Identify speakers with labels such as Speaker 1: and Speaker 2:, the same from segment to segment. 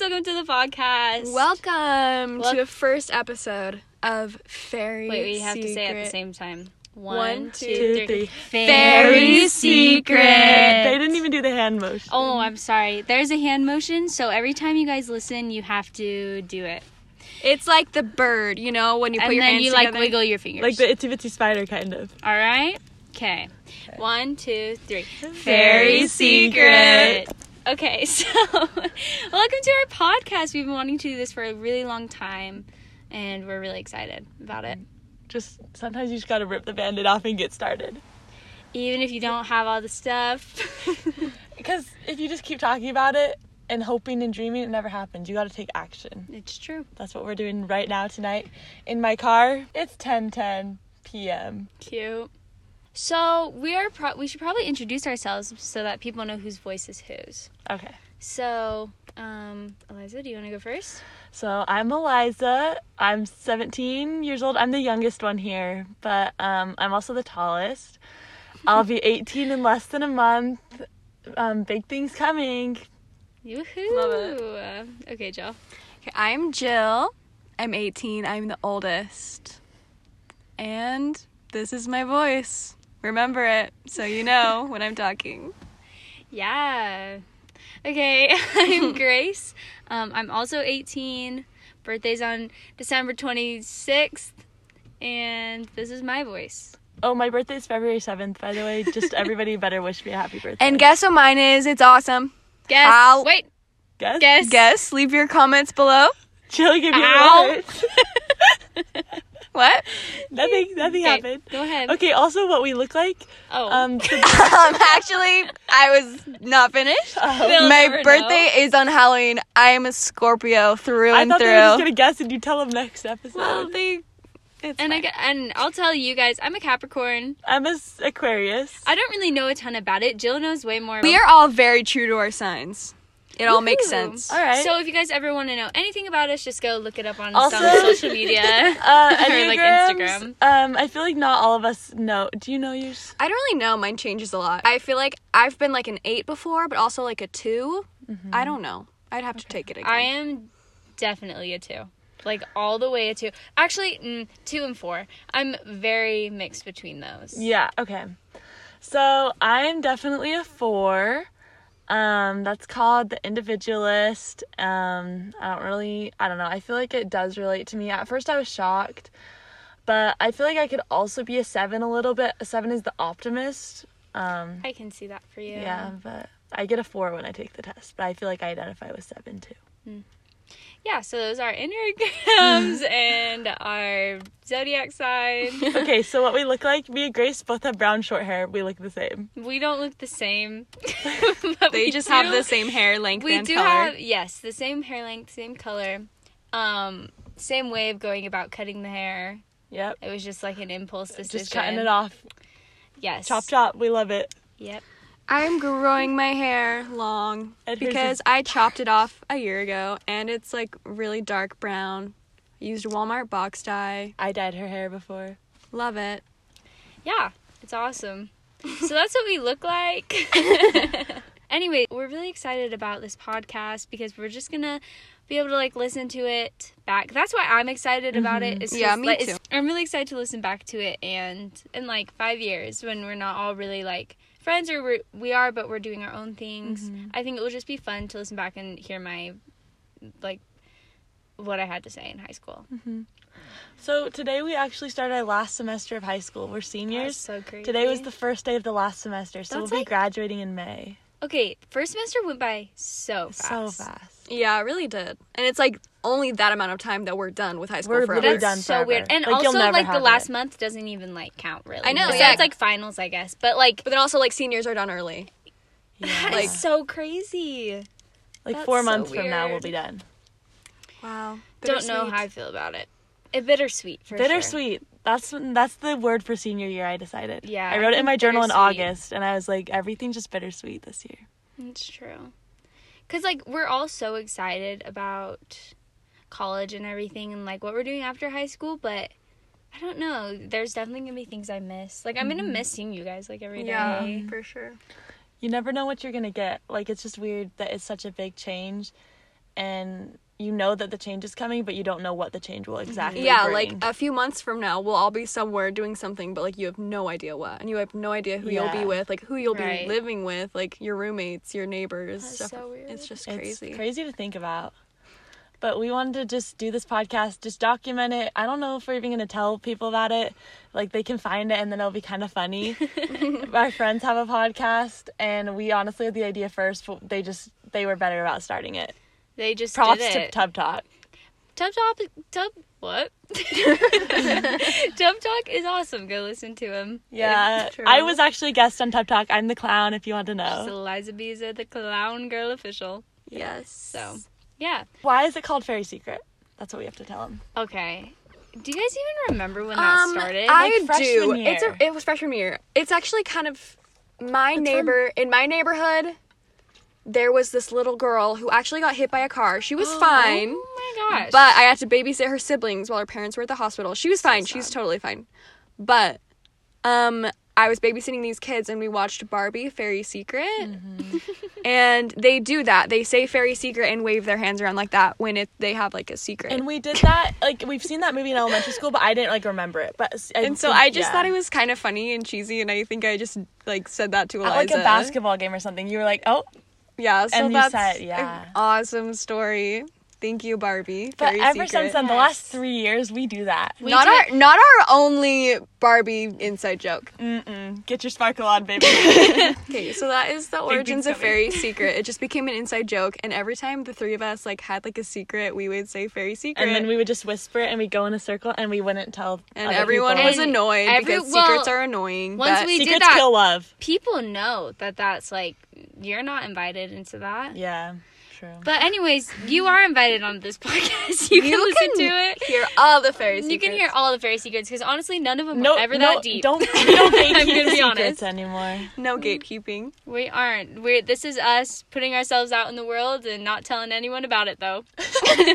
Speaker 1: welcome to the podcast.
Speaker 2: Welcome
Speaker 1: Wel-
Speaker 2: to the first episode of Fairy
Speaker 1: Wait, we have to say it at the
Speaker 2: Secret.
Speaker 1: same time.
Speaker 2: One, two, three.
Speaker 1: Fairy secret.
Speaker 3: They didn't even do the hand motion.
Speaker 1: Oh, I'm sorry. There's a hand motion, so every time you guys listen, you have to do it,
Speaker 2: It's like the bird, you know, when you put
Speaker 1: and
Speaker 2: your
Speaker 1: then
Speaker 2: hands
Speaker 1: you
Speaker 2: together.
Speaker 1: like wiggle your fingers.
Speaker 3: Like the Itsy Bitsy Spider, kind of.
Speaker 1: All right. Okay. One, two, three.
Speaker 3: Fairy secret.
Speaker 1: Okay, so welcome to our podcast. We've been wanting to do this for a really long time, and we're really excited about it.
Speaker 3: Just sometimes you just gotta rip the bandit off and get started.
Speaker 1: Even if you don't have all the stuff.
Speaker 3: Because if you just keep talking about it and hoping and dreaming, it never happens. You gotta take action.
Speaker 1: It's true.
Speaker 3: That's what we're doing right now tonight in my car. It's 10:10 p.m.
Speaker 1: Cute. So we are. Pro- we should probably introduce ourselves so that people know whose voice is whose.
Speaker 3: Okay.
Speaker 1: So, um, Eliza, do you want to go first?
Speaker 3: So I'm Eliza. I'm 17 years old. I'm the youngest one here, but um, I'm also the tallest. I'll be 18 in less than a month. Um, big things coming.
Speaker 1: Yoo-hoo. Love it. Okay, Jill.
Speaker 2: Okay, I'm Jill. I'm 18. I'm the oldest. And this is my voice. Remember it so you know when I'm talking.
Speaker 1: Yeah. Okay, I'm Grace. Um, I'm also 18. Birthday's on December 26th, and this is my voice.
Speaker 3: Oh, my birthday is February 7th, by the way. Just everybody better wish me a happy birthday.
Speaker 2: And guess what mine is? It's awesome.
Speaker 1: Guess.
Speaker 2: Ow.
Speaker 1: Wait.
Speaker 3: guess,
Speaker 1: Guess.
Speaker 2: Guess. Leave your comments below.
Speaker 3: Jill, give me
Speaker 1: Ow.
Speaker 3: a minute.
Speaker 2: What?
Speaker 3: Nothing, nothing
Speaker 1: Okay,
Speaker 3: happened.
Speaker 1: Go ahead.
Speaker 3: Okay, also what we look like.
Speaker 1: Oh.
Speaker 3: Um, so-
Speaker 2: um, actually, I was not finished.
Speaker 1: They'll
Speaker 2: my
Speaker 1: never
Speaker 2: birthday is on Halloween. I am a Scorpio through
Speaker 3: I
Speaker 2: and
Speaker 3: thought
Speaker 2: through.
Speaker 3: they were just gonna guess and you tell them next episode.
Speaker 2: Well, they. It's
Speaker 1: and I
Speaker 2: fine.
Speaker 1: gu- and I'll tell you guys, I'm a Capricorn.
Speaker 3: I'm a s- Aquarius.
Speaker 1: I don't really know a ton about it. Jill knows way more.
Speaker 2: we are all very true to our signs. It all makes
Speaker 1: Woohoo.
Speaker 2: sense.
Speaker 3: All right.
Speaker 1: So if you guys ever want to know anything about us, just go look it up on
Speaker 3: Also-
Speaker 1: some social
Speaker 3: uh,
Speaker 1: media. Or, like,
Speaker 3: Enneagrams,
Speaker 1: Instagram.
Speaker 3: Um, I feel like not all of us know. Do you know yours?
Speaker 2: I don't really know. Mine changes a lot. I feel like I've been like an eight before, but also like a 2 I don't know. I'd have to take it again.
Speaker 1: I am definitely a two. Like all the way a two. Actually, mm, two and four. I'm very mixed between those.
Speaker 3: Yeah. Okay. So I'm definitely a four. Um, that's called the individualist. Um, I don't really. I don't know. I feel like it does relate to me. At first, I was shocked, but I feel like I could also be a seven a little bit. A seven is the optimist. Um,
Speaker 1: I can see that for you.
Speaker 3: yeah. but I get a four when I take the test. But I feel like I identify with seven too.
Speaker 1: Yeah, so those are enneagrams and our zodiac sign.
Speaker 3: okay, so what we look like? Me and Grace both have brown short hair. We look the same.
Speaker 1: We don't look the same. but
Speaker 2: they
Speaker 1: we
Speaker 2: just
Speaker 1: do-
Speaker 2: have the same hair length
Speaker 1: We
Speaker 2: and
Speaker 1: do
Speaker 2: color.
Speaker 1: have yes, the same hair length, same color, um, same way of going about cutting the hair.
Speaker 3: Yep.
Speaker 1: It was just like an impulse decision.
Speaker 3: Just cutting it off.
Speaker 1: Yes.
Speaker 3: Chop chop. We love it.
Speaker 1: Yep.
Speaker 2: I'm growing my hair long
Speaker 3: And here's
Speaker 2: because I chopped it off a year ago and it's like really dark brown. I used a Walmart box dye.
Speaker 3: I dyed her hair before.
Speaker 2: Love it.
Speaker 1: Yeah, it's awesome. so that's what we look like. anyway, we're really excited about this podcast because we're just gonna be able to like listen to it back. That's why I'm excited about it. It's
Speaker 2: Mm-hmm. Yeah,
Speaker 1: just,
Speaker 2: me
Speaker 1: like, it's-
Speaker 2: too.
Speaker 1: I'm really excited to listen back to it and in like five years when we're not all really like friends or we're, we are, but we're doing our own things.
Speaker 2: Mm-hmm.
Speaker 1: I think it will just be fun to listen back and hear my like what I had to say in high school.
Speaker 2: Hmm.
Speaker 3: So today we actually started our last semester of high school. We're
Speaker 1: That's
Speaker 3: seniors.
Speaker 1: so crazy.
Speaker 3: today was the first day of the last semester, so
Speaker 1: That's
Speaker 3: we'll be
Speaker 1: like-
Speaker 3: graduating in May.
Speaker 1: okay. First semester went by so fast.
Speaker 3: So fast.
Speaker 2: Yeah, it really did. And it's like only that amount of time that we're done with high school
Speaker 3: We're
Speaker 2: forever.
Speaker 3: literally
Speaker 1: That's
Speaker 3: done
Speaker 1: so weird.
Speaker 3: forever.
Speaker 1: And
Speaker 3: Like, you'll
Speaker 1: also,
Speaker 3: never
Speaker 1: like the
Speaker 3: have
Speaker 1: last
Speaker 3: it.
Speaker 1: month doesn't even like count really.
Speaker 2: I know,
Speaker 1: So
Speaker 2: yeah.
Speaker 1: it's like finals, I guess. But like,
Speaker 2: But then also like seniors are done early.
Speaker 3: Yeah.
Speaker 1: that's so crazy.
Speaker 3: like
Speaker 1: that's
Speaker 3: four
Speaker 1: so
Speaker 3: months from now we'll
Speaker 1: weird.
Speaker 3: be done.
Speaker 2: Wow.
Speaker 1: Don't know how I feel about it. A bittersweet for sure.
Speaker 3: Bittersweet. That's that's the word for senior year. I decided.
Speaker 1: Yeah,
Speaker 3: I
Speaker 1: I
Speaker 3: wrote it in
Speaker 1: think
Speaker 3: my journal in
Speaker 1: bittersweet.
Speaker 3: August, and I was like, everything's just bittersweet this year.
Speaker 1: It's true. Cause like we're all so excited about college and everything, and like what we're doing after high school, but. I don't know. There's definitely gonna be things I miss. Like I'm gonna
Speaker 3: Mm-hmm.
Speaker 1: miss seeing you guys like every day.
Speaker 2: Yeah, for sure.
Speaker 3: you never know what you're gonna get. Like it's just weird that it's such a big change, and you know that the change is coming, but you don't know what the change will exactly.
Speaker 2: Yeah,
Speaker 3: bring.
Speaker 2: like a few months from now, we'll all be somewhere doing something, but like you have no idea what, and you have no idea who you'll
Speaker 3: Yeah.
Speaker 2: be with, like who you'll
Speaker 1: Right.
Speaker 2: be living with, like your roommates, your neighbors.
Speaker 1: That's
Speaker 2: stuff.
Speaker 1: so weird.
Speaker 2: It's just
Speaker 3: It's
Speaker 2: crazy.
Speaker 3: crazy to think about. But we wanted to just do this podcast, just document it. I don't know if we're even going to tell people about it. Like, they can find it and then it'll be kind of funny. Our friends have a podcast, and we honestly had the idea first, but they just, they were better about starting it.
Speaker 1: They just
Speaker 3: Props
Speaker 1: did
Speaker 3: to
Speaker 1: it.
Speaker 3: Tub Talk.
Speaker 1: Tub Talk, Tub what? Tub Talk is awesome. Go listen to him.
Speaker 3: Yeah.
Speaker 2: It's true.
Speaker 3: I was actually a guest on Tub Talk. I'm the clown, if you want to know.
Speaker 1: She's
Speaker 2: Oh.
Speaker 1: Eliza Biza, the clown girl official.
Speaker 2: Yes.
Speaker 1: So, yeah.
Speaker 3: Why is it called Fairy Secret? That's what we have to tell them.
Speaker 1: Okay. Do you guys even remember when that
Speaker 2: Um,
Speaker 1: started?
Speaker 2: I
Speaker 3: Like
Speaker 2: do.
Speaker 3: freshman
Speaker 2: It's
Speaker 3: year.
Speaker 2: a, it was freshman year. It's actually kind of my neighbor in my neighborhood. There was this little girl who actually got hit by a car. She was fine,
Speaker 1: Oh my gosh.
Speaker 2: but I had to babysit her siblings while her parents were at the hospital. She was fine. She's totally fine. But um I was babysitting these kids and we watched Barbie Fairy Secret.
Speaker 3: Mm-hmm.
Speaker 2: and they do that. They say Fairy Secret and wave their hands around like that when it they have like a secret.
Speaker 3: And we did that. Like, we've seen that movie in elementary school, but I didn't, like, remember it. But
Speaker 2: And so I just thought it was kind of funny and cheesy, and I think I just like said that to Eliza.
Speaker 3: At, like a basketball game or something. You were like, oh,
Speaker 2: Yeah, so
Speaker 3: and you
Speaker 2: that's
Speaker 3: said-
Speaker 2: an
Speaker 3: yeah.
Speaker 2: awesome story. Thank you, Barbie.
Speaker 3: But
Speaker 2: Very
Speaker 3: ever
Speaker 2: secret.
Speaker 3: since then, the
Speaker 1: Yes.
Speaker 3: last three years, we do that.
Speaker 1: we
Speaker 2: not
Speaker 1: did-
Speaker 2: our not our only Barbie inside joke.
Speaker 3: Mm-mm. Get your sparkle on, baby.
Speaker 2: Okay, so that is the origins of
Speaker 3: coming.
Speaker 2: fairy secret. It just became an inside joke, and every time the three of us like had like a secret, we would say fairy secret,
Speaker 3: and then we would just whisper it, and we'd go in a circle, and we wouldn't tell.
Speaker 2: and
Speaker 3: other
Speaker 2: everyone
Speaker 3: people.
Speaker 2: was
Speaker 1: And
Speaker 2: annoyed
Speaker 1: every-
Speaker 2: because
Speaker 1: well,
Speaker 2: secrets are annoying.
Speaker 1: once
Speaker 2: but-
Speaker 1: we did
Speaker 3: secrets
Speaker 1: that.
Speaker 3: kill love.
Speaker 1: people know that that's like you're not invited into that.
Speaker 3: Yeah, true.
Speaker 1: But anyways, you are invited on this podcast. You can
Speaker 2: you
Speaker 1: listen
Speaker 2: can
Speaker 1: to it.
Speaker 2: hear all the fairy secrets.
Speaker 1: You can hear all the fairy secrets because honestly, none of them
Speaker 3: no,
Speaker 1: are ever
Speaker 3: no,
Speaker 1: that deep.
Speaker 3: Don't we don't
Speaker 1: I'm
Speaker 3: gatekeep
Speaker 1: gonna be
Speaker 3: secrets
Speaker 1: honest.
Speaker 3: anymore.
Speaker 2: no gatekeeping.
Speaker 1: We aren't. We're this is us putting ourselves out in the world and not telling anyone about it though,
Speaker 2: they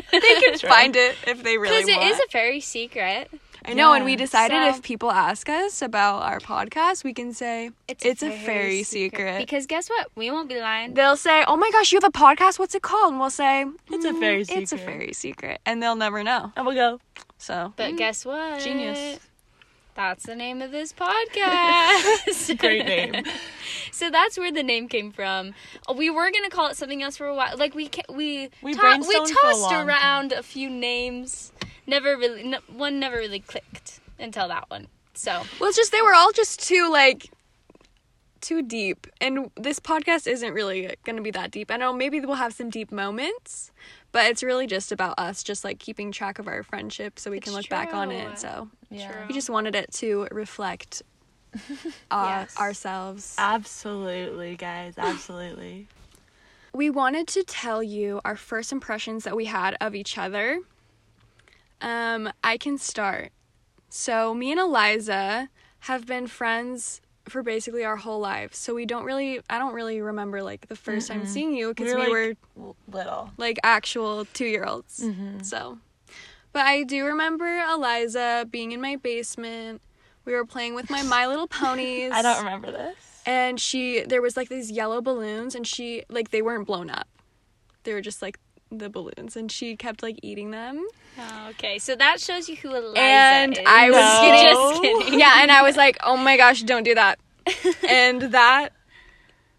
Speaker 2: can
Speaker 3: True.
Speaker 2: find it if they really
Speaker 1: because
Speaker 2: want.
Speaker 1: it is a fairy secret.
Speaker 2: I know, and we
Speaker 3: Yeah.
Speaker 2: decided
Speaker 1: So-
Speaker 2: if people ask us about our podcast, we can say it's, a fairy, secret.
Speaker 1: Because guess what? We won't be lying.
Speaker 2: They'll say, "Oh my gosh, you have a podcast? What's it called?" And we'll say,
Speaker 3: It's a fairy
Speaker 2: "Mm, It's a
Speaker 3: secret."
Speaker 2: fairy secret, and they'll never know.
Speaker 3: And we'll go.
Speaker 2: So
Speaker 1: but guess what?
Speaker 2: Mm. genius.
Speaker 1: That's the name of this podcast.
Speaker 3: Great name.
Speaker 1: So that's where the name came from. Uh, We were gonna call it something else for a while. Like we ca- we
Speaker 3: We brainstormed
Speaker 1: we
Speaker 3: for a
Speaker 1: tossed
Speaker 3: long
Speaker 1: around a few names. Never really n one never really clicked until that one. So
Speaker 2: well, it's just they were all just too like too deep, and this podcast isn't really going to be that deep. I know maybe we'll have some deep moments, but it's really just about us, just like keeping track of our friendship, so we
Speaker 1: It's
Speaker 2: can look back on
Speaker 1: true.
Speaker 2: it. So
Speaker 1: True.
Speaker 2: we just wanted it to reflect. Uh,
Speaker 1: Yes.
Speaker 2: ourselves
Speaker 3: Absolutely, guys. Absolutely.
Speaker 2: we wanted to tell you our first impressions that we had of each other. Um, I can start. So, me and Eliza have been friends for basically our whole lives. So, we don't really, I don't really remember like the 1st time seeing you because we
Speaker 3: like,
Speaker 2: were
Speaker 3: l- little.
Speaker 2: like actual two year olds.
Speaker 3: Mm-hmm.
Speaker 2: So, but I do remember Eliza being in my basement. We were playing with my My Little Ponies
Speaker 3: I don't remember this.
Speaker 2: and she there was like these yellow balloons and she like they weren't blown up they were just like the balloons and she kept like eating them
Speaker 1: okay, so that shows you who Eliza
Speaker 2: and
Speaker 1: is.
Speaker 2: i was
Speaker 3: No.
Speaker 1: just
Speaker 2: getting-
Speaker 1: kidding.
Speaker 2: yeah and i was like oh my gosh don't do that and that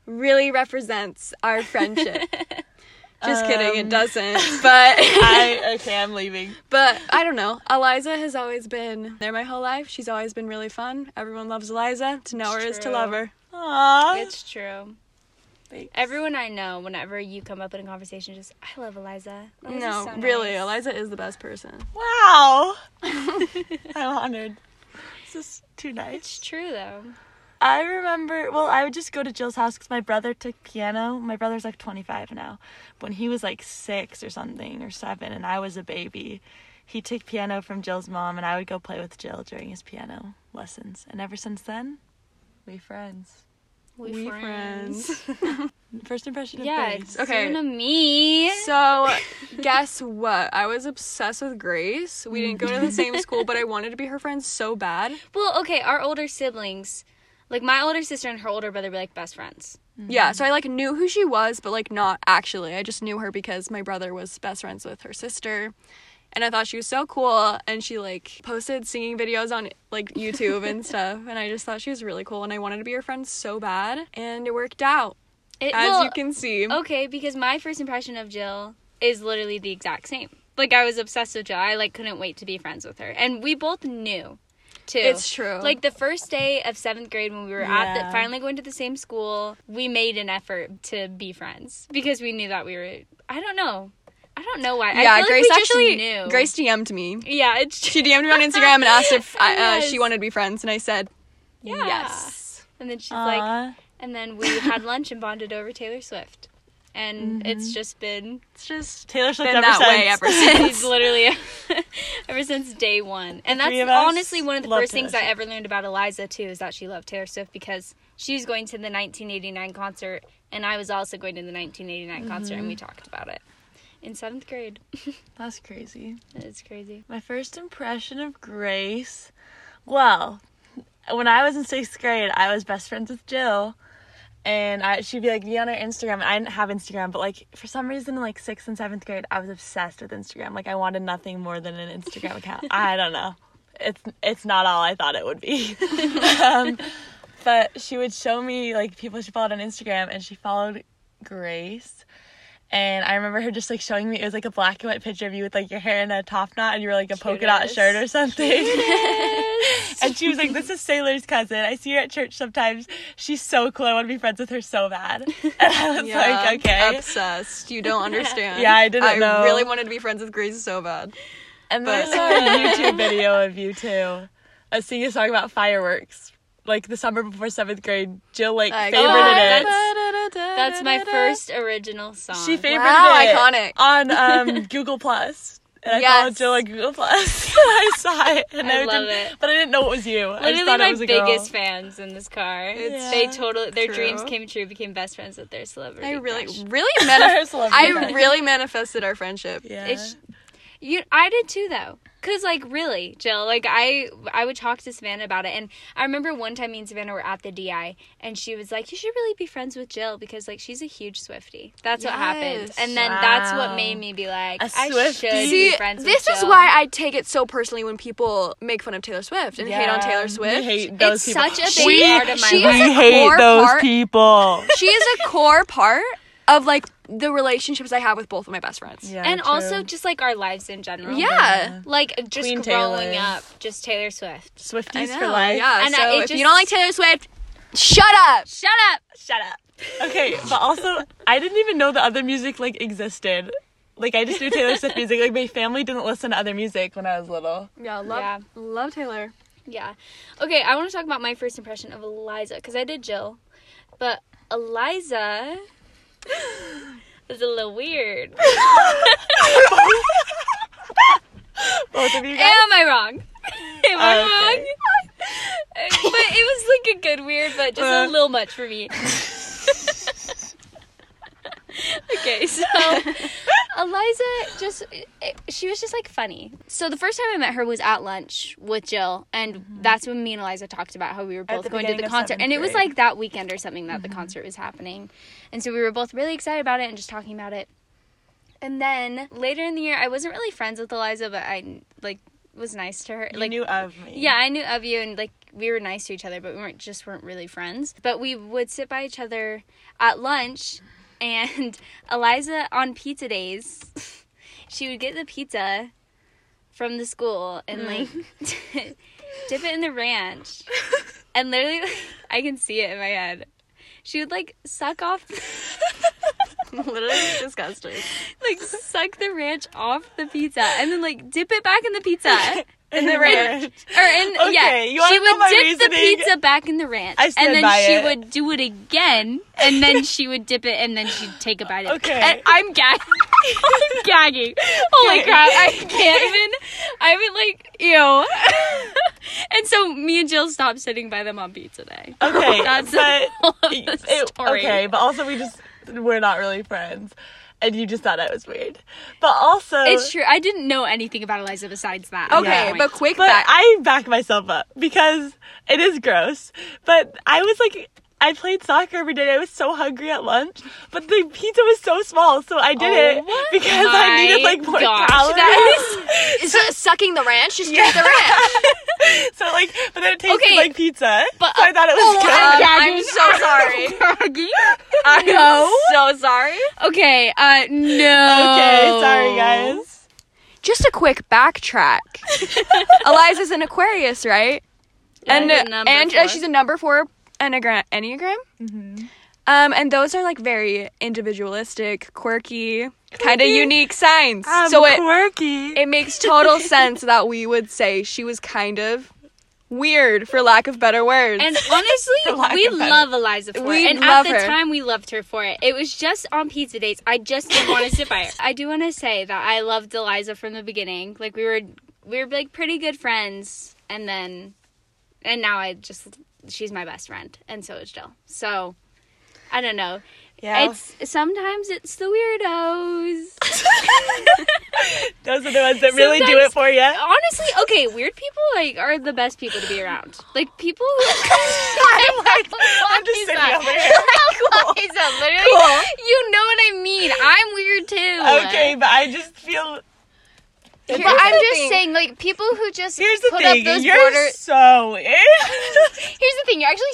Speaker 2: really represents our friendship just kidding it
Speaker 3: Um.
Speaker 2: doesn't but
Speaker 3: I okay. I'm leaving.
Speaker 2: but i don't know eliza has always been there my whole life she's always been really fun everyone loves eliza to know her is to
Speaker 1: true.
Speaker 2: love her
Speaker 3: Aww.
Speaker 1: It's true. Everyone I know, whenever you come up in a conversation, just I love Eliza. Eliza's
Speaker 2: no
Speaker 1: so
Speaker 2: really
Speaker 1: nice."
Speaker 2: eliza is the best person
Speaker 3: Wow. I'm honored. This is too
Speaker 1: It's
Speaker 3: nice.
Speaker 1: true though.
Speaker 3: I remember, well, I would just go to Jill's house because my brother took piano. My brother's like 25 now. When he was like six or something or seven and I was a baby, he took piano from Jill's mom and I would go play with Jill during his piano lessons. And ever since then, we friends.
Speaker 1: We,
Speaker 2: We
Speaker 3: First impression of
Speaker 1: Yeah,
Speaker 3: Grace.
Speaker 2: Okay.
Speaker 1: okay. to me.
Speaker 2: So, guess what? I was obsessed with Grace. We didn't go to the same school, but I wanted to be her friend so bad.
Speaker 1: Well, okay, our older siblings. Like my older sister and her older brother were like best friends.
Speaker 2: Yeah,
Speaker 1: Mm-hmm.
Speaker 2: so I like knew who she was, but like not actually. I just knew her because my brother was best friends with her sister. And I thought she was so cool and she like posted singing videos on like YouTube and stuff and I just thought she was really cool and I wanted to be her friend so bad and it worked out
Speaker 1: It,
Speaker 2: as
Speaker 1: well, oh,
Speaker 2: you can see.
Speaker 1: Okay, because my first impression of Jill is literally the exact same. Like I was obsessed with Jill. I like couldn't wait to be friends with her, and we both knew, too.
Speaker 2: It's true.
Speaker 1: Like the first day of seventh grade when we were at
Speaker 3: Yeah.
Speaker 1: the, finally going to the same school, we made an effort to be friends because we knew that we were. I don't know. I don't know why. I
Speaker 2: yeah,
Speaker 1: feel like
Speaker 2: Grace
Speaker 1: we just
Speaker 2: actually
Speaker 1: knew.
Speaker 2: Grace DM'd me.
Speaker 1: Yeah, it's
Speaker 2: She DM'd me on Instagram and asked if I, uh,
Speaker 1: Yes.
Speaker 2: she wanted to be friends and I said
Speaker 1: Yeah.
Speaker 2: yes.
Speaker 1: and then she's like,
Speaker 3: Aw.
Speaker 1: and then we had lunch and bonded over Taylor Swift, and
Speaker 2: Mm-hmm.
Speaker 1: it's just been
Speaker 3: it's just Taylor Swift
Speaker 2: Been
Speaker 3: ever
Speaker 2: that way
Speaker 3: since.
Speaker 2: ever since.
Speaker 1: She's literally ever since day one, and that's
Speaker 3: Three of us
Speaker 1: honestly one of the
Speaker 3: love
Speaker 1: first
Speaker 3: Taylor
Speaker 1: things I
Speaker 3: Swift.
Speaker 1: ever learned about Eliza too is that she loved Taylor Swift because she was going to the 1989 concert, and I was also going to the 1989 concert,
Speaker 3: Mm-hmm.
Speaker 1: and we talked about it in seventh grade.
Speaker 3: That's crazy.
Speaker 1: it's crazy.
Speaker 3: My first impression of Grace. Well, when I was in sixth grade, I was best friends with Jill. And I, she'd be like, be on our Instagram. And I didn't have Instagram, but like for some reason, in like sixth and seventh grade, I was obsessed with Instagram. Like I wanted nothing more than an Instagram account. I don't know. It's it's not all I thought it would be. um, but she would show me like people she followed on Instagram, and she followed Grace. And I remember her just like showing me it was like a black and white picture of you with like your hair in a top knot, and you were like a polka dot
Speaker 1: Cutest.
Speaker 3: shirt or something. and she was like, "This is Sailor's cousin. I see her at church sometimes. She's so cool. I want to be friends with her so bad." And I was like, "Okay."
Speaker 2: Obsessed. You don't understand.
Speaker 3: Yeah, I didn't know.
Speaker 2: really wanted to be friends with Grace so bad.
Speaker 3: And
Speaker 2: But-
Speaker 3: there's a YouTube video of you too, uh, singing a song about fireworks, like the summer before seventh grade. Jill like
Speaker 2: Like,
Speaker 3: favorited
Speaker 1: oh,
Speaker 3: it.
Speaker 1: That's my first original song.
Speaker 3: She favorited
Speaker 2: Wow,
Speaker 3: it
Speaker 2: iconic.
Speaker 3: on um, Google Plus. And I
Speaker 2: Yes.
Speaker 3: followed Jill on Google Plus. I saw it, and
Speaker 1: I
Speaker 3: I,
Speaker 1: love
Speaker 3: didn't,
Speaker 1: it.
Speaker 3: but I didn't know it was you. I just
Speaker 1: Literally
Speaker 3: thought
Speaker 1: my
Speaker 3: it was a girl.
Speaker 1: biggest fans in this car.
Speaker 3: It's
Speaker 1: they totally their
Speaker 2: true.
Speaker 1: dreams came true, became best friends with their celebrity.
Speaker 2: I
Speaker 3: Oh
Speaker 2: really,
Speaker 1: crush.
Speaker 3: Her
Speaker 2: really manif-
Speaker 3: celebrity
Speaker 2: I
Speaker 3: crush.
Speaker 2: really manifested our friendship.
Speaker 3: Yeah.
Speaker 1: It's you. I did too, though. Cause like really, Jill. Like I, I would talk to Savannah about it, and I remember one time me and Savannah were at the DI, and she was like, "You should really be friends with Jill because like she's a huge Swifty." That's what happened,
Speaker 2: Yes.
Speaker 1: and then that's what
Speaker 3: Wow.
Speaker 1: made me be like,
Speaker 3: A
Speaker 1: "I
Speaker 3: Swiftie.
Speaker 1: should
Speaker 2: See,
Speaker 1: be friends."
Speaker 2: this
Speaker 1: with
Speaker 2: is
Speaker 1: Jill.
Speaker 2: why I take it so personally when people make fun of Taylor Swift and hate on Taylor Swift.
Speaker 3: We hate those
Speaker 1: It's
Speaker 3: people.
Speaker 1: such a big
Speaker 2: We-
Speaker 1: part of my
Speaker 2: she is
Speaker 1: life.
Speaker 2: a
Speaker 3: we hate
Speaker 2: core
Speaker 3: those
Speaker 2: part-
Speaker 3: people.
Speaker 2: she is a core part of like the relationships I have with both of my best friends.
Speaker 3: Yeah,
Speaker 1: and
Speaker 3: true.
Speaker 1: also just like our lives in general.
Speaker 2: Yeah.
Speaker 1: like just
Speaker 3: Queen
Speaker 1: growing
Speaker 3: Taylor.
Speaker 1: up, just Taylor Swift.
Speaker 2: I
Speaker 3: Swifties
Speaker 2: know,
Speaker 3: for life.
Speaker 2: Yeah,
Speaker 1: And I-
Speaker 2: so
Speaker 1: it
Speaker 2: if
Speaker 1: just-
Speaker 2: you don't like Taylor Swift, shut up.
Speaker 1: Shut up!
Speaker 3: Shut up. Okay, but also I didn't even know the other music like existed. Like I just knew Taylor Swift music. Like my family didn't listen to other music when I was little.
Speaker 2: Yeah,
Speaker 1: love- Yeah.
Speaker 2: love Taylor.
Speaker 1: Yeah. Okay, I want to talk about my first impression of Eliza because I did Jill, but Eliza was a little weird.
Speaker 3: Both of you guys.
Speaker 1: Am I wrong? Am I
Speaker 3: Okay.
Speaker 1: wrong? but it was like a good weird, but just a
Speaker 3: Uh.
Speaker 1: little much for me. okay, so Eliza just eh, she was just like funny. So the first time I met her was at lunch with Jill, and that's when me and Eliza talked about how we were both
Speaker 3: Mm-hmm. the
Speaker 1: going to the
Speaker 3: beginning of
Speaker 1: concert, and it was
Speaker 3: seventh grade. Mm-hmm.
Speaker 1: like that weekend or something that the concert was happening, and so we were both really excited about it and just talking about it. And then later in the year, I wasn't really friends with Eliza, but I like was nice to her.
Speaker 3: You
Speaker 1: like
Speaker 3: knew of me.
Speaker 1: yeah, I knew of you, and like we were nice to each other, but we weren't just weren't really friends. But we would sit by each other at lunch, and Eliza on pizza days, she would get the pizza from the school and
Speaker 3: Mm.
Speaker 1: like dip it in the ranch, and literally, like, I can see it in my head. She would like suck off,
Speaker 2: Literally disgusting.
Speaker 1: like suck the ranch off the pizza, and then like dip it back in the pizza.
Speaker 3: In the ranch.
Speaker 1: Or in
Speaker 3: Okay,
Speaker 1: yeah,
Speaker 3: you wanna
Speaker 1: she
Speaker 3: know
Speaker 1: would
Speaker 3: my
Speaker 1: dip the
Speaker 3: reasoning?
Speaker 1: pizza back in the ranch,
Speaker 3: I stand
Speaker 1: and then
Speaker 3: by
Speaker 1: she
Speaker 3: it.
Speaker 1: would do it again, and then she would dip it, and then she'd take a bite. Of it.
Speaker 3: Okay.
Speaker 1: and I'm gagging. I'm gagging. Holy crap! I can't even. I would like ew. and so me and Jill stopped sitting by them on pizza day.
Speaker 3: Okay,
Speaker 1: That's
Speaker 3: but
Speaker 1: all of the
Speaker 3: it-
Speaker 1: story.
Speaker 3: okay, but also we just we're not really friends. and you just thought I was weird. But also,
Speaker 1: It's true. I didn't know anything about Eliza besides that. at
Speaker 2: Okay,
Speaker 1: that
Speaker 2: but
Speaker 1: point.
Speaker 2: quick
Speaker 3: but
Speaker 2: back.
Speaker 3: I back myself up because it is gross. But I was like, I played soccer every day. I was so hungry at lunch, but the pizza was so small, so I did
Speaker 1: Oh
Speaker 3: it because I needed
Speaker 1: my
Speaker 3: like more
Speaker 1: gosh,
Speaker 3: calories.
Speaker 2: that is so sucking the ranch. Just drink the ranch.
Speaker 3: so like, but then it tasted
Speaker 1: Okay,
Speaker 3: like pizza.
Speaker 1: but-
Speaker 3: so I thought it
Speaker 1: oh
Speaker 3: was
Speaker 1: my
Speaker 3: good.
Speaker 1: God.
Speaker 2: I'm so sorry.
Speaker 1: Maggie?
Speaker 2: I'm
Speaker 1: No.
Speaker 2: so sorry.
Speaker 1: Okay, uh, no.
Speaker 3: Okay, sorry guys.
Speaker 2: Just a quick backtrack. Eliza's an Aquarius, right? and
Speaker 1: she's a number
Speaker 2: and
Speaker 1: four.
Speaker 2: Uh, she's a number four enneagram. enneagram? Um, and those are like very individualistic, quirky, kind of unique signs.
Speaker 3: I'm
Speaker 2: so it
Speaker 3: quirky.
Speaker 2: it makes total sense that we would say she was kind of weird, for lack of better words.
Speaker 1: And honestly,
Speaker 3: lack
Speaker 1: we
Speaker 3: of better-
Speaker 1: love Eliza for
Speaker 2: We
Speaker 1: it. And
Speaker 2: love
Speaker 1: at the
Speaker 2: her.
Speaker 1: time, we loved her for it. It was just on pizza dates. I just didn't want to sit by her. I do want to say that I loved Eliza from the beginning. Like we were, we were like pretty good friends, and then, and now I just she's my best friend, and so is Jill. So, I don't know.
Speaker 3: yeah,
Speaker 1: It's sometimes it's the weirdos.
Speaker 3: those are the ones that really do
Speaker 1: Sometimes-
Speaker 3: it for you.
Speaker 1: Honestly, okay, weird people like are the best people to be around. Like people who
Speaker 3: I'm like,
Speaker 1: Why
Speaker 3: I'm just
Speaker 1: is
Speaker 3: sitting
Speaker 1: that?
Speaker 3: over here.
Speaker 1: Eliza, literally, you know what I mean. I'm weird too.
Speaker 3: Okay, but I just feel.
Speaker 4: But
Speaker 2: Here's
Speaker 4: I'm
Speaker 2: the
Speaker 4: just
Speaker 2: thing.
Speaker 4: saying, like people who just
Speaker 3: Here's the
Speaker 4: put
Speaker 3: thing.
Speaker 4: up those
Speaker 3: You're
Speaker 4: borders.
Speaker 3: so weird.
Speaker 4: Here's the thing. You're actually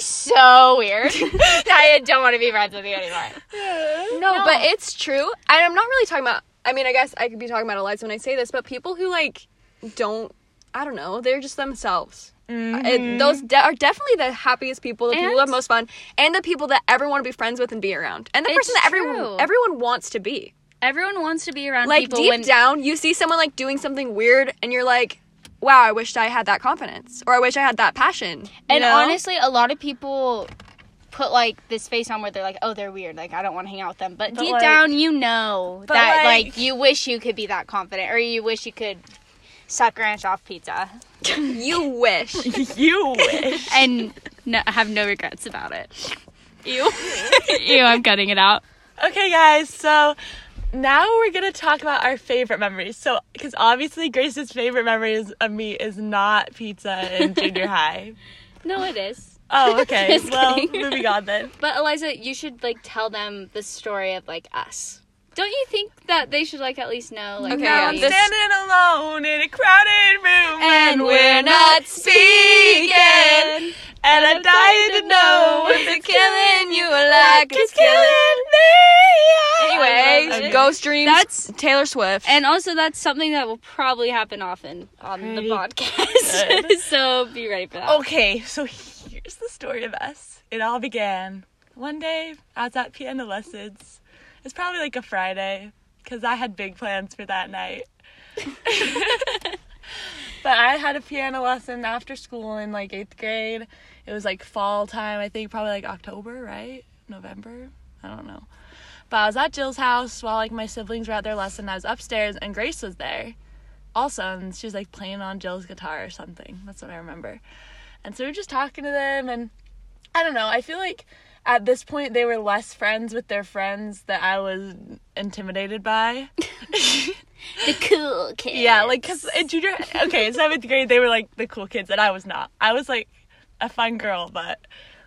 Speaker 4: so weird. I don't want to be friends with you anymore.
Speaker 2: no, but it's true. And I'm not really talking about. I mean, I guess I could be talking about Eliza when I say this, but people who like don't. I don't know. They're just themselves. Uh, It, those de- are definitely the happiest people, the people who
Speaker 1: And-
Speaker 2: have most fun, and the people that everyone want to be friends with and be around, and the
Speaker 1: It's
Speaker 2: person that
Speaker 1: true.
Speaker 2: everyone everyone wants to be.
Speaker 1: Everyone wants to be around
Speaker 2: Like
Speaker 1: people
Speaker 2: deep
Speaker 1: when
Speaker 2: down, you see someone like doing something weird, and you're like, "Wow, I wished I had that confidence, or I wish I had that passion." you
Speaker 4: And
Speaker 2: know?
Speaker 4: honestly, a lot of people put like this face on where they're like, "Oh, they're weird. Like I don't want to hang out with them." But, deep
Speaker 3: like-
Speaker 4: down, you know that
Speaker 3: like-
Speaker 4: like, you wish you could be that confident, or you wish you could suck ranch off pizza.
Speaker 2: you wish.
Speaker 3: you wish.
Speaker 1: and no, have no regrets about it. Ew, ew, I'm cutting it out.
Speaker 3: Okay, guys, so now we're gonna talk about our favorite memories. So, because obviously Grace's favorite memory is, of me is not pizza in junior high.
Speaker 1: No, it is.
Speaker 3: Oh, okay.
Speaker 1: Just
Speaker 3: well,
Speaker 1: kidding.
Speaker 3: moving on then.
Speaker 1: But Eliza, you should like tell them the story of like us. Don't you think that they should like at least know like
Speaker 2: Okay,
Speaker 1: how
Speaker 2: yeah,
Speaker 1: we-
Speaker 2: this-
Speaker 3: Standing alone in a crowded room,
Speaker 2: And we're not speaking.
Speaker 3: and I'm dying to know if
Speaker 2: it's killing you or like
Speaker 3: it's killing me.
Speaker 2: Anyway,
Speaker 3: Okay.
Speaker 2: Ghost Dreams.
Speaker 1: That's-
Speaker 2: Taylor Swift.
Speaker 1: and also that's something that will probably happen often on the
Speaker 3: Pretty
Speaker 1: podcast. so be ready for that.
Speaker 3: Okay, so here's the story of us. It all began one day I was at piano lessons. It's probably like a Friday because I had big plans for that night. but I had a piano lesson after school in like eighth grade. It was like fall time, I think probably like October, right? November? I don't know. But I was at Jill's house while like my siblings were at their lesson. I was upstairs and Grace was there also and she was like playing on Jill's guitar or something. That's what I remember. And so we were just talking to them and I don't know, I feel like at this point they were less friends with their friends that I was intimidated by.
Speaker 1: The cool kid.
Speaker 3: Yeah, like cuz in junior okay, in 7th grade they were like the cool kids and I was not. I was like a fun girl, but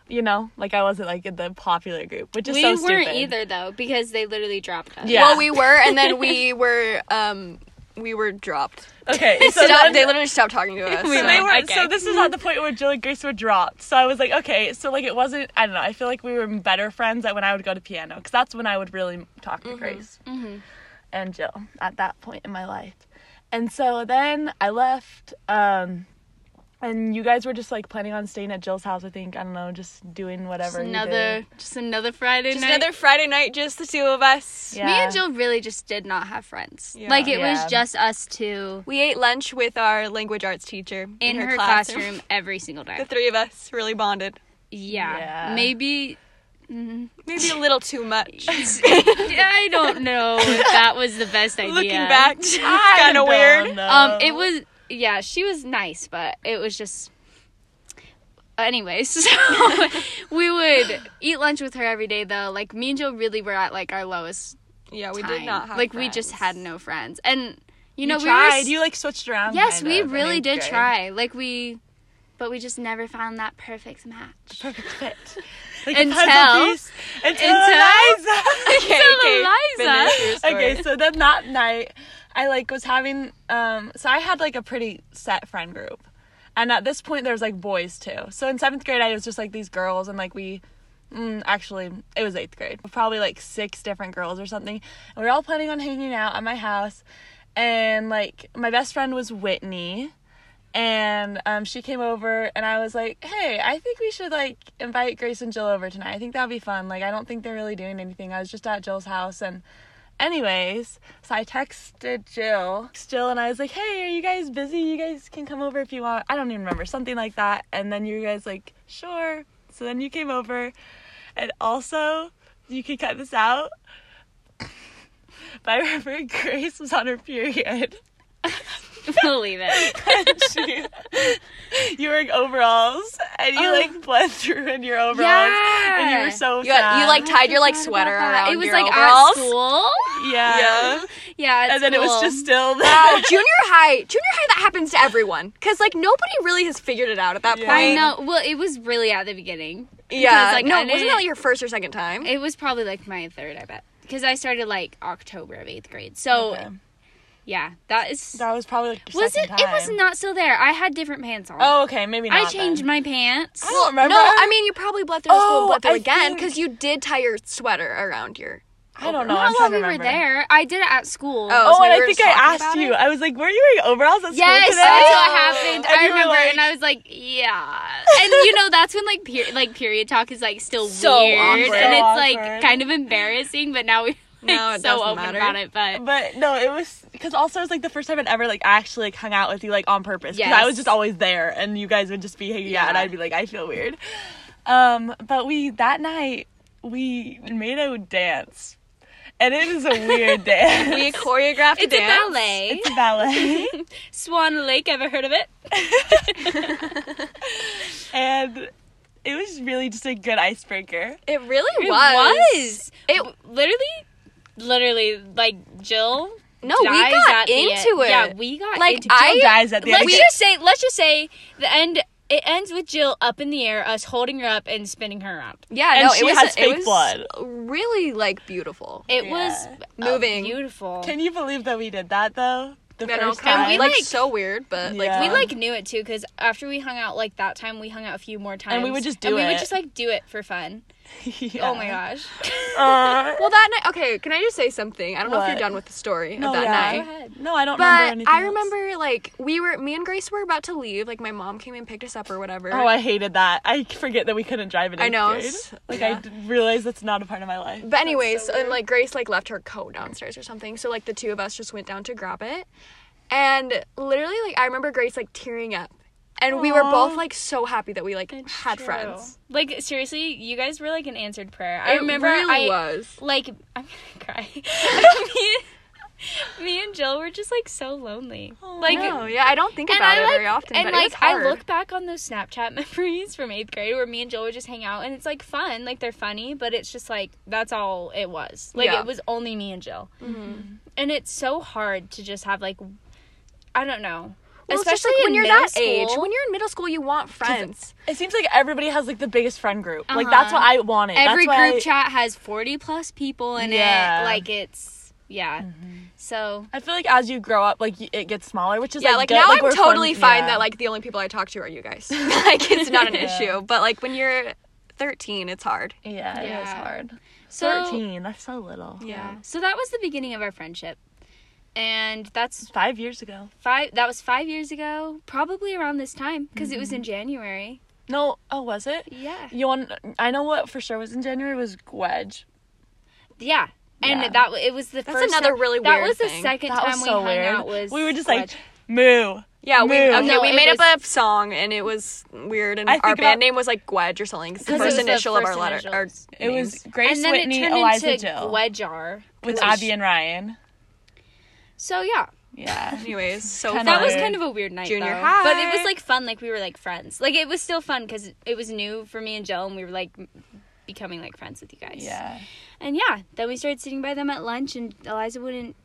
Speaker 3: you know, like I wasn't like in the popular group, which is
Speaker 1: we
Speaker 3: so
Speaker 1: weren't
Speaker 3: stupid.
Speaker 1: either though because they literally dropped us.
Speaker 3: Yeah.
Speaker 2: Well, we were, and then we were, um, we were dropped.
Speaker 3: Okay, so
Speaker 2: Stop,
Speaker 3: then-
Speaker 2: they literally stopped talking to us.
Speaker 3: So
Speaker 2: so.
Speaker 3: they were
Speaker 1: okay.
Speaker 3: so this is at the point where Jill and Grace were dropped. So I was like, okay, so like it wasn't I don't know, I feel like we were better friends that when I would go to piano because that's when I would really talk
Speaker 1: Mm-hmm.
Speaker 3: to Grace and Jill at that point in my life. And so then I left um and you guys were just like planning on staying at Jill's house, I think. I don't know, just doing whatever. you
Speaker 1: Another,
Speaker 3: did.
Speaker 1: just another Friday
Speaker 2: Just
Speaker 1: night.
Speaker 2: another Friday night, just the two of us.
Speaker 3: Yeah.
Speaker 1: Me and Jill really just did not have friends.
Speaker 2: Yeah.
Speaker 1: Like it
Speaker 3: Yeah.
Speaker 1: was just us two
Speaker 2: We ate lunch with our language arts teacher in,
Speaker 1: in, her, classroom. every single day.
Speaker 2: The three of us really bonded.
Speaker 1: yeah.
Speaker 3: Yeah.
Speaker 1: Maybe
Speaker 2: Maybe a little too much.
Speaker 1: I don't know if that was the best idea.
Speaker 2: Looking back, it's
Speaker 3: I
Speaker 2: kind of
Speaker 3: don't
Speaker 2: weird.
Speaker 3: know.
Speaker 1: Um it was yeah, she was nice, but it was just anyways, so we would eat lunch with her every day though. Like me and Jill really were at like our lowest
Speaker 2: Yeah, we
Speaker 1: time.
Speaker 2: did not have
Speaker 1: like we just
Speaker 2: friends.
Speaker 1: had no friends, and you know we
Speaker 3: tried.
Speaker 1: were.
Speaker 3: you like switched around.
Speaker 1: yes,
Speaker 3: kind
Speaker 1: we
Speaker 3: of in
Speaker 1: really
Speaker 3: eighth
Speaker 1: did
Speaker 3: grade.
Speaker 1: try. Like we, but we just never found that perfect match.
Speaker 3: Perfect fit. Like
Speaker 1: Until-
Speaker 3: a puzzle piece. Until,
Speaker 1: until-
Speaker 3: Eliza.
Speaker 1: okay,
Speaker 5: Eliza.
Speaker 3: okay, so then that night, I like was having um so I had like a pretty set friend group. And at this point there was like boys too. So in 7th grade I was just like these girls and like we mm, actually it was 8th grade. Probably like six different girls or something. And we were all planning on hanging out at my house and like my best friend was Whitney and um, she came over and i was like hey i think we should like invite grace and jill over tonight i think that'd be fun like i don't think they're really doing anything i was just at jill's house and anyways so i texted jill jill and i was like hey are you guys busy you guys can come over if you want i don't even remember something like that and then you guys like sure so then you came over and also you can cut this out but i remember grace was on her period
Speaker 1: Believe it.
Speaker 3: she, you were in overalls and you like bled through in your overalls and you
Speaker 1: Yeah.
Speaker 3: were so
Speaker 2: You, had- you
Speaker 3: sad.
Speaker 2: like tied your like sweater
Speaker 1: that.
Speaker 2: around.
Speaker 1: it was
Speaker 2: your
Speaker 1: like
Speaker 2: overalls.
Speaker 1: at school.
Speaker 3: yeah,
Speaker 2: Yeah.
Speaker 1: Yeah, at
Speaker 3: and then it was
Speaker 1: school.
Speaker 3: just still
Speaker 2: Wow,
Speaker 3: there.
Speaker 2: junior high, junior high, that happens to everyone because like nobody really has figured it out at that
Speaker 3: Yeah.
Speaker 2: point.
Speaker 1: I know. Well, it was really at the beginning.
Speaker 2: Yeah,
Speaker 1: Because, like,
Speaker 2: no,
Speaker 1: I
Speaker 2: wasn't
Speaker 1: didn't-
Speaker 2: that like your first or second time?
Speaker 1: It was probably like my third, I bet, because I started like October of eighth grade. So
Speaker 3: Okay.
Speaker 1: yeah, that is.
Speaker 3: That was probably like your
Speaker 1: was it?
Speaker 3: second
Speaker 1: It was
Speaker 3: time.
Speaker 1: not still there. I had different pants on.
Speaker 3: Oh, okay, maybe not.
Speaker 1: I changed
Speaker 3: then.
Speaker 1: my pants.
Speaker 3: I don't remember.
Speaker 2: no, I mean you probably bled through the school,
Speaker 3: Oh,
Speaker 2: bled through
Speaker 3: I
Speaker 2: again
Speaker 3: think-
Speaker 2: because you did tie your sweater around your.
Speaker 3: I don't know.
Speaker 1: Not
Speaker 3: I'm
Speaker 1: while
Speaker 3: trying to
Speaker 1: we were
Speaker 3: remember.
Speaker 1: there. I did it at school.
Speaker 2: Oh,
Speaker 3: Oh,
Speaker 2: so
Speaker 3: and
Speaker 2: we
Speaker 3: I
Speaker 2: were
Speaker 3: think
Speaker 2: just
Speaker 3: I
Speaker 2: talking
Speaker 3: asked
Speaker 2: about
Speaker 3: you.
Speaker 2: it?
Speaker 3: I was like, "Were you wearing overalls at
Speaker 1: Yes,
Speaker 3: school today?"
Speaker 1: that's what
Speaker 3: And
Speaker 1: happened. I
Speaker 3: you were
Speaker 1: remember,
Speaker 3: like-
Speaker 1: and I was like, "Yeah." And you know, that's when like per- like period talk is like still
Speaker 2: So
Speaker 1: weird,
Speaker 2: awkward.
Speaker 1: and
Speaker 3: So
Speaker 1: it's
Speaker 3: awkward.
Speaker 1: like kind of embarrassing. But now we're like,
Speaker 2: No, it
Speaker 1: so
Speaker 2: doesn't
Speaker 1: open
Speaker 2: matter.
Speaker 1: about it. But
Speaker 3: But no, it was because also it was like the first time I'd ever like actually like hung out with you like on purpose because I
Speaker 1: Yes.
Speaker 3: was just always there and you guys would just be hanging out and
Speaker 1: Yeah.
Speaker 3: I'd be like I feel weird. Um, but we that night we made a dance, and it is a weird dance.
Speaker 2: We choreographed
Speaker 1: it's
Speaker 2: a dance.
Speaker 1: a ballet.
Speaker 3: it's a ballet,
Speaker 1: Swan Lake. Ever heard of it?
Speaker 3: and it was really just a good icebreaker.
Speaker 2: It really
Speaker 1: It
Speaker 2: was.
Speaker 1: was.
Speaker 2: It
Speaker 1: Literally, literally, like Jill.
Speaker 2: no, we
Speaker 1: dies
Speaker 2: got
Speaker 1: at the
Speaker 2: into
Speaker 1: end.
Speaker 2: it.
Speaker 1: Yeah, we got
Speaker 2: Like,
Speaker 1: into
Speaker 2: I-
Speaker 3: Jill dies at the end.
Speaker 1: let's just say let's just say the end it ends with Jill up in the air, us holding her up and spinning her around.
Speaker 2: yeah,
Speaker 3: And
Speaker 2: no,
Speaker 3: she
Speaker 2: it was.
Speaker 3: has
Speaker 2: it
Speaker 3: fake
Speaker 2: was
Speaker 3: blood.
Speaker 2: Really like beautiful.
Speaker 1: It was
Speaker 3: Yeah.
Speaker 1: uh,
Speaker 2: Moving.
Speaker 1: beautiful.
Speaker 3: Can you believe that we did that though? The
Speaker 2: I
Speaker 3: first
Speaker 2: don't
Speaker 3: time.
Speaker 2: kind
Speaker 1: And
Speaker 2: of
Speaker 1: we,
Speaker 2: like,
Speaker 1: like-
Speaker 2: so weird, but like
Speaker 3: Yeah.
Speaker 1: we
Speaker 2: fun.
Speaker 1: like knew it too because after we hung out like that time, we hung out a few more times,
Speaker 3: we would just do
Speaker 1: and we
Speaker 3: it.
Speaker 1: would just like do it for fun.
Speaker 3: Yeah.
Speaker 1: Oh my gosh!
Speaker 3: Uh,
Speaker 2: Well, that night. Okay, can I just say something? I don't know if
Speaker 3: What?
Speaker 2: you're done with the story
Speaker 3: no,
Speaker 2: of that
Speaker 3: yeah.
Speaker 2: night.
Speaker 1: Go ahead.
Speaker 3: No, I don't remember
Speaker 2: But
Speaker 3: anything.
Speaker 2: I
Speaker 3: else.
Speaker 2: remember like we were me and Grace were about to leave. Like my mom came and picked us up or whatever.
Speaker 3: Oh, I hated that. I forget that we couldn't drive in.
Speaker 2: I
Speaker 3: eighth
Speaker 2: know,
Speaker 3: grade.
Speaker 2: it's-
Speaker 3: Like
Speaker 2: yeah.
Speaker 3: I d- realize that's not a part of my life.
Speaker 2: but anyways, and like Grace like left her coat downstairs or something. So like the two of us just went down to grab it. And literally like I remember Grace like tearing up. And we were
Speaker 3: Aw.
Speaker 2: both like so happy that we like had
Speaker 1: True.
Speaker 2: friends.
Speaker 1: Like seriously, you guys were like an answered prayer. I
Speaker 2: It
Speaker 1: remember
Speaker 2: really
Speaker 1: I
Speaker 2: was.
Speaker 1: like I'm gonna cry. me, me and Jill were just like so lonely. like
Speaker 2: Oh, no, yeah, I don't think
Speaker 1: and
Speaker 2: about
Speaker 1: I
Speaker 2: it
Speaker 1: like,
Speaker 2: very often.
Speaker 1: and
Speaker 2: but it
Speaker 1: like
Speaker 2: was hard.
Speaker 1: I look back on those Snapchat memories from eighth grade where me and Jill would just hang out, and it's like fun, like they're funny, but it's just like that's all it was. Like
Speaker 2: Yeah. Mm-hmm.
Speaker 1: it was only me and Jill, and it's so hard to just have like, I don't know,
Speaker 2: Well, it's just, like, when
Speaker 1: in
Speaker 2: you're
Speaker 1: middle
Speaker 2: that age,
Speaker 1: school.
Speaker 2: when you're in middle school, you want friends.
Speaker 3: It seems like everybody has like the biggest friend group. Like that's
Speaker 1: Uh-huh.
Speaker 3: what I wanted.
Speaker 1: every
Speaker 3: that's why
Speaker 1: group
Speaker 3: I,
Speaker 1: chat has forty plus people in
Speaker 3: Yeah.
Speaker 1: it. Like it's yeah,
Speaker 2: Mm-hmm.
Speaker 1: so
Speaker 3: I feel like as you grow up, like y- it gets smaller, which is
Speaker 2: yeah,
Speaker 3: like
Speaker 2: like
Speaker 3: good-
Speaker 2: now
Speaker 3: we're
Speaker 2: I'm totally
Speaker 3: fun-
Speaker 2: fine
Speaker 3: yeah.
Speaker 2: that like the only people I talk to are you guys. like it's not an
Speaker 3: Yeah.
Speaker 2: issue, but like when you're 13, it's hard.
Speaker 3: yeah, it was
Speaker 1: Yeah.
Speaker 3: hard.
Speaker 1: so
Speaker 3: Thirteen, that's so little.
Speaker 1: yeah, so that was the beginning of our friendship, and that's
Speaker 3: Five years ago.
Speaker 1: five that was five years ago probably around this time because it was
Speaker 3: Mm-hmm.
Speaker 1: in january
Speaker 3: No, oh, was it?
Speaker 1: yeah
Speaker 3: You want? I know what for sure was in January was Wedge.
Speaker 1: yeah and
Speaker 3: Yeah.
Speaker 1: that that w- it was the
Speaker 2: That's
Speaker 1: first
Speaker 2: another
Speaker 1: time-
Speaker 2: really
Speaker 1: that
Speaker 2: weird
Speaker 1: was the
Speaker 2: thing.
Speaker 1: second
Speaker 3: That
Speaker 1: time
Speaker 3: was
Speaker 1: we
Speaker 3: so
Speaker 1: hung
Speaker 3: weird.
Speaker 1: out was
Speaker 3: we were just like
Speaker 1: Wedge.
Speaker 3: moo.
Speaker 2: Yeah, we
Speaker 3: Moo.
Speaker 2: okay.
Speaker 1: No,
Speaker 2: we
Speaker 1: it
Speaker 2: made up
Speaker 1: was-
Speaker 2: a song and it was weird, and
Speaker 3: I think
Speaker 2: our
Speaker 3: about-
Speaker 2: band name was like Gwedge or something. It's the
Speaker 1: 'Cause it
Speaker 2: first
Speaker 1: was the
Speaker 2: initial of
Speaker 1: first
Speaker 2: our letter. Our
Speaker 1: initials.
Speaker 3: It was
Speaker 2: names.
Speaker 3: Grace
Speaker 1: and then
Speaker 3: Whitney,
Speaker 1: it turned
Speaker 3: Eliza,
Speaker 1: into
Speaker 3: Jill
Speaker 1: Wedjar.
Speaker 3: with
Speaker 2: which-
Speaker 3: Abby and Ryan.
Speaker 1: so yeah
Speaker 3: Yeah.
Speaker 2: Anyways, so
Speaker 3: Kinda
Speaker 1: that was
Speaker 3: Weird.
Speaker 1: kind of a weird night
Speaker 2: Junior
Speaker 1: though.
Speaker 2: high.
Speaker 1: but it was like fun like we were like friends like it was still fun because it was new for me and jill and we were like m- becoming like friends with you guys.
Speaker 3: Yeah.
Speaker 1: And yeah, then we started sitting by them at lunch, and Eliza wouldn't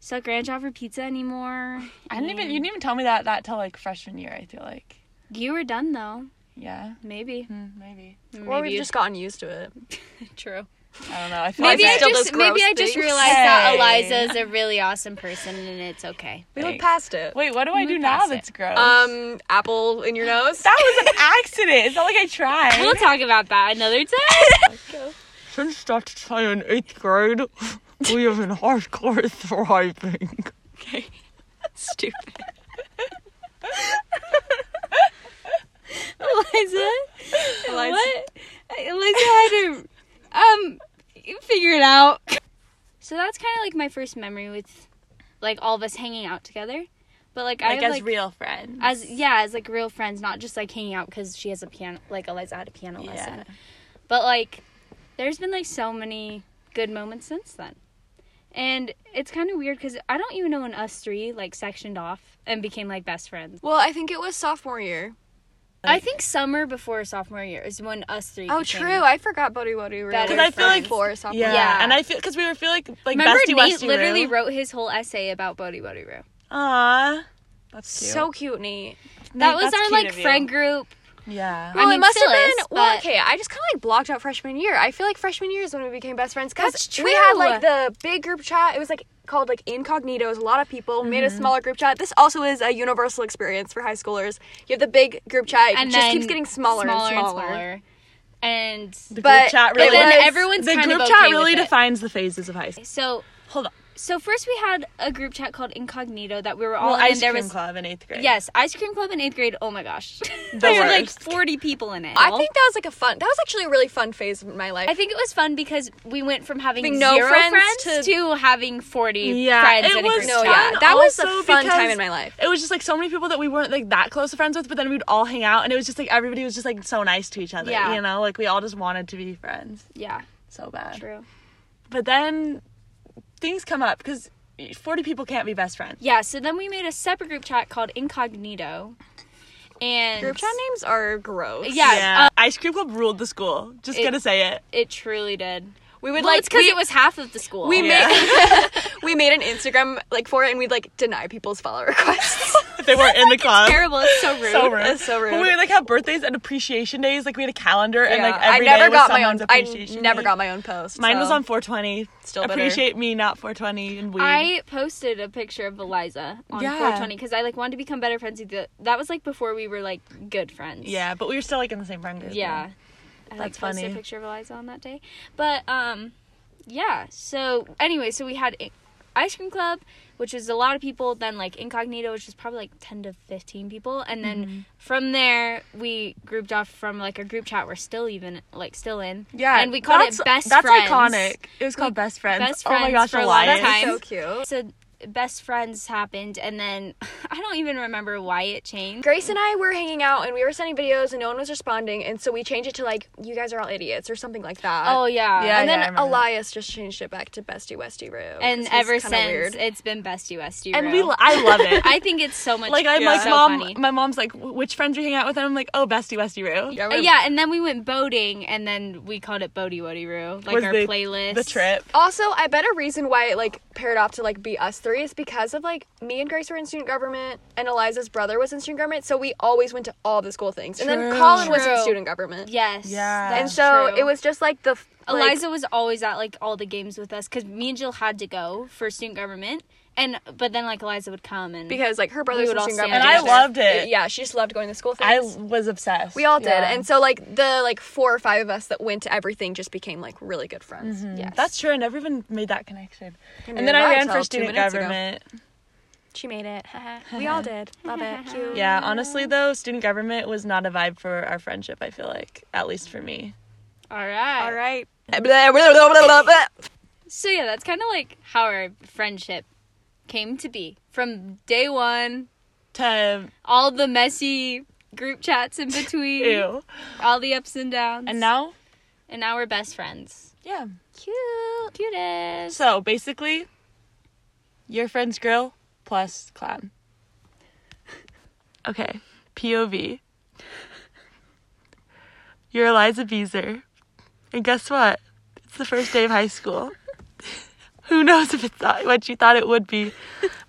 Speaker 1: suck ranch off her pizza anymore.
Speaker 3: I didn't
Speaker 1: Mm.
Speaker 3: even you didn't even tell me that that till like freshman year. I feel like.
Speaker 1: You were done though,
Speaker 3: Yeah.
Speaker 1: maybe.
Speaker 3: Hmm, maybe.
Speaker 2: Or
Speaker 1: Maybe
Speaker 2: we've
Speaker 1: you-
Speaker 2: just gotten used to it.
Speaker 1: True.
Speaker 3: I don't know. I feel
Speaker 1: Maybe
Speaker 3: like
Speaker 1: I
Speaker 3: that-
Speaker 2: still
Speaker 1: just
Speaker 2: those
Speaker 1: maybe
Speaker 2: gross
Speaker 1: I just
Speaker 2: things.
Speaker 1: realized that
Speaker 3: Hey.
Speaker 1: Eliza is a really awesome person, and it's okay.
Speaker 2: We look
Speaker 3: Thanks.
Speaker 2: past it.
Speaker 3: Wait, what do I
Speaker 1: Move
Speaker 3: do now
Speaker 1: past
Speaker 3: that's
Speaker 1: it.
Speaker 3: gross?
Speaker 2: Um, apple in your nose.
Speaker 3: that was an accident. It's not like I tried.
Speaker 1: We'll talk about that another time.
Speaker 6: Since that time in eighth grade, we have been hardcore thriving.
Speaker 2: Stupid.
Speaker 1: Eliza,
Speaker 2: Eliza.
Speaker 1: what? Eliza had to um figure it out. So that's kind of like my first memory with like all of us hanging out together, but like, I
Speaker 3: like
Speaker 1: have,
Speaker 3: as
Speaker 1: like
Speaker 3: real friends.
Speaker 1: as yeah as like real friends, not just like hanging out because she has a piano like Eliza had a piano
Speaker 3: Yeah.
Speaker 1: lesson, but like there's been like so many good moments since then. And it's kind of weird because I don't even know when us three like sectioned off and became like best friends.
Speaker 2: Well, I think it was sophomore year.
Speaker 1: I think summer before sophomore year is when us three.
Speaker 2: Oh,
Speaker 1: became-
Speaker 2: true. I forgot Bodhi Bodhi.
Speaker 1: Better
Speaker 2: I feel like
Speaker 1: friends.
Speaker 2: before sophomore.
Speaker 3: yeah.
Speaker 2: year.
Speaker 1: Yeah.
Speaker 3: and I feel because we were feel like like
Speaker 1: Remember,
Speaker 3: bestie
Speaker 1: Nate
Speaker 3: Westie
Speaker 1: literally
Speaker 3: Roo.
Speaker 1: wrote his whole essay about Bodhi Bodhi Roo.
Speaker 3: Aw, that's cute.
Speaker 2: So cute, Nate.
Speaker 1: That was
Speaker 3: that's
Speaker 1: our
Speaker 3: cute
Speaker 1: like
Speaker 3: of you.
Speaker 1: friend group.
Speaker 3: yeah.
Speaker 1: I
Speaker 2: Well, it
Speaker 1: mean,
Speaker 2: must
Speaker 1: still
Speaker 2: have
Speaker 1: is,
Speaker 2: been. Well,
Speaker 1: but-
Speaker 2: okay. I just kind of like blocked out freshman year. I feel like freshman year is when we became best friends. Cause
Speaker 1: That's
Speaker 2: we had
Speaker 1: true.
Speaker 2: like the big group chat. It was like called like incognito. It was a lot of people made
Speaker 1: Mm-hmm.
Speaker 2: a smaller group chat. This also is a universal experience for high schoolers. You have the big group chat. It
Speaker 1: And
Speaker 2: just
Speaker 1: then
Speaker 2: keeps getting smaller, and smaller.
Speaker 1: And
Speaker 3: The
Speaker 2: but
Speaker 3: group chat
Speaker 2: it
Speaker 3: really.
Speaker 1: then
Speaker 2: was-
Speaker 1: everyone's
Speaker 3: the
Speaker 1: kind
Speaker 3: group
Speaker 1: of
Speaker 3: chat
Speaker 1: okay
Speaker 3: really
Speaker 1: with it.
Speaker 3: defines the phases of high school.
Speaker 1: So
Speaker 3: Hold on.
Speaker 1: so first we had a group chat called Incognito that we were all
Speaker 3: Well,
Speaker 1: in.
Speaker 3: ice
Speaker 1: and there
Speaker 3: cream
Speaker 1: was
Speaker 3: club in eighth grade.
Speaker 1: yes, ice cream club in eighth grade. Oh my gosh, there were like
Speaker 3: worst.
Speaker 1: forty people in it.
Speaker 2: I think that was like a fun. That was actually a really fun phase of my life.
Speaker 1: I think it was fun because we went from having
Speaker 2: Having no
Speaker 1: zero
Speaker 2: friends
Speaker 1: friends,
Speaker 2: to-
Speaker 1: to, having forty
Speaker 3: Yeah,
Speaker 1: friends
Speaker 3: it
Speaker 1: in a
Speaker 3: was
Speaker 1: group chat.
Speaker 2: no, yeah,
Speaker 3: fun
Speaker 2: that was a
Speaker 3: also
Speaker 2: fun time
Speaker 3: because-
Speaker 2: in my life.
Speaker 3: It was just like so many people that we weren't like that close of friends with, but then we'd all hang out, and it was just like everybody was just like so nice to each other.
Speaker 1: Yeah.
Speaker 3: You know, like we all just wanted to be friends
Speaker 1: Yeah,
Speaker 3: so bad.
Speaker 1: true.
Speaker 3: But then things come up because forty people can't be best friends.
Speaker 1: Yeah, so then we made a separate group chat called Incognito. And
Speaker 2: Group chat names are gross.
Speaker 1: Yeah, uh,
Speaker 3: Ice cream club ruled the school. Just
Speaker 1: It-
Speaker 3: gonna say it.
Speaker 1: it truly did.
Speaker 2: we would
Speaker 1: Well,
Speaker 2: like
Speaker 1: it's because
Speaker 2: we-
Speaker 1: it was half of the school.
Speaker 2: We
Speaker 3: Yeah.
Speaker 2: made we made an Instagram like for it, and we'd like deny people's follow requests.
Speaker 3: If they weren't in the club.
Speaker 1: terrible. It's so rude.
Speaker 3: So rude.
Speaker 2: That's so rude.
Speaker 3: But we would like have birthdays and appreciation days. Like we had a calendar and like
Speaker 2: Yeah. I
Speaker 3: every day
Speaker 2: never
Speaker 3: was
Speaker 2: got my own.
Speaker 3: someone's
Speaker 2: I
Speaker 3: appreciation
Speaker 2: never
Speaker 3: day.
Speaker 2: got my own post.
Speaker 3: Mine was
Speaker 2: so.
Speaker 3: on 420.
Speaker 2: Still bitter.
Speaker 3: appreciate me, not 420 and weed.
Speaker 1: I posted a picture of Eliza on
Speaker 3: Yeah.
Speaker 1: 420 because I like wanted to become better friends with you. That was like before we were like good friends.
Speaker 3: Yeah, but we were still like in the same friend group.
Speaker 1: Yeah. I like
Speaker 3: That's
Speaker 1: posted
Speaker 3: funny.
Speaker 1: a picture of Eliza on that day. But um yeah, so anyway, so we had I- Ice Cream Club, which was a lot of people, then like Incognito, which was probably like 10 to 15 people, and then
Speaker 3: Mm-hmm.
Speaker 1: from there we grouped off from like a group chat we're still even like still in.
Speaker 3: Yeah.
Speaker 1: And we called it
Speaker 3: that's-
Speaker 1: Best
Speaker 3: that's
Speaker 1: Friends.
Speaker 3: iconic. It was called Best Friends.
Speaker 1: Best
Speaker 3: oh my
Speaker 1: Friends
Speaker 3: gosh,
Speaker 1: for a lot of
Speaker 3: Elias.
Speaker 1: time.
Speaker 2: so cute.
Speaker 1: So Best Friends happened and then I don't even remember why it changed.
Speaker 2: Grace and I were hanging out, and we were sending videos, and no one was responding, and so we changed it to like "You guys are all idiots" or something like that.
Speaker 1: Oh yeah.
Speaker 3: Yeah.
Speaker 2: and
Speaker 3: I
Speaker 2: then
Speaker 3: remember that.
Speaker 2: Elias just changed it back to Bestie Westie Roo. 'cause
Speaker 1: And
Speaker 2: he's
Speaker 1: ever
Speaker 2: kinda
Speaker 1: since
Speaker 2: weird.
Speaker 1: it's been Bestie Westie.
Speaker 3: And
Speaker 1: Row.
Speaker 3: we, lo- I love it.
Speaker 1: I think it's so much
Speaker 3: like I'm
Speaker 1: yeah.
Speaker 3: like
Speaker 1: so
Speaker 3: mom.
Speaker 1: funny.
Speaker 3: My mom's like, "Wh- which friends are you hanging out with? And I'm like, oh, bestie, Westie Roo.
Speaker 2: yeah,
Speaker 1: Uh,
Speaker 2: we're-
Speaker 1: yeah, and then we went boating, and then we called it Bodie Woody Roo, like
Speaker 3: Was
Speaker 1: our
Speaker 3: the-
Speaker 1: playlist.
Speaker 3: The trip.
Speaker 2: Also, I bet a reason why it like paired off to like be us three is because of like me and Grace were in student government and Eliza's brother was in student government, so we always went to all the school things. And then
Speaker 3: True.
Speaker 2: Colin was in
Speaker 1: True.
Speaker 2: student government.
Speaker 1: Yes.
Speaker 3: Yeah.
Speaker 1: that's
Speaker 2: And so
Speaker 1: true.
Speaker 2: it was just like the f- like,
Speaker 1: Eliza was always at like all the games with us because me and Jill had to go for student government, and but then like Eliza would come and
Speaker 2: because like her
Speaker 1: We
Speaker 2: brother was
Speaker 1: would
Speaker 2: in
Speaker 1: all
Speaker 2: student
Speaker 1: stand
Speaker 2: government.
Speaker 1: And I
Speaker 2: together.
Speaker 3: loved it.
Speaker 2: Yeah, she just loved going to school things.
Speaker 3: I was obsessed.
Speaker 2: we all did.
Speaker 3: Yeah.
Speaker 2: And so like the like four or five of us that went to everything just became like really good friends.
Speaker 1: yes.
Speaker 3: That's true. I never even made that connection.
Speaker 2: And
Speaker 3: And then
Speaker 2: you're
Speaker 3: I
Speaker 2: right
Speaker 3: ran
Speaker 2: till
Speaker 3: for
Speaker 2: two
Speaker 3: student
Speaker 2: minutes ago.
Speaker 3: government.
Speaker 2: She made it. we all did. Love it. Cute.
Speaker 3: Yeah, honestly though, student government was not a vibe for our friendship. I feel like, at least for me.
Speaker 1: all right.
Speaker 2: All right.
Speaker 1: So yeah, that's kind of like how our friendship came to be from day one.
Speaker 3: To
Speaker 1: All the messy group chats in between,
Speaker 3: ew.
Speaker 1: all the ups and downs,
Speaker 3: And now,
Speaker 1: and now we're best friends.
Speaker 3: yeah.
Speaker 1: Cute, cutest.
Speaker 3: So basically, your friend's grill plus clown. Okay, POV. You're Eliza Beezer. And guess what? It's the first day of high school. Who knows if it's not what you thought it would be,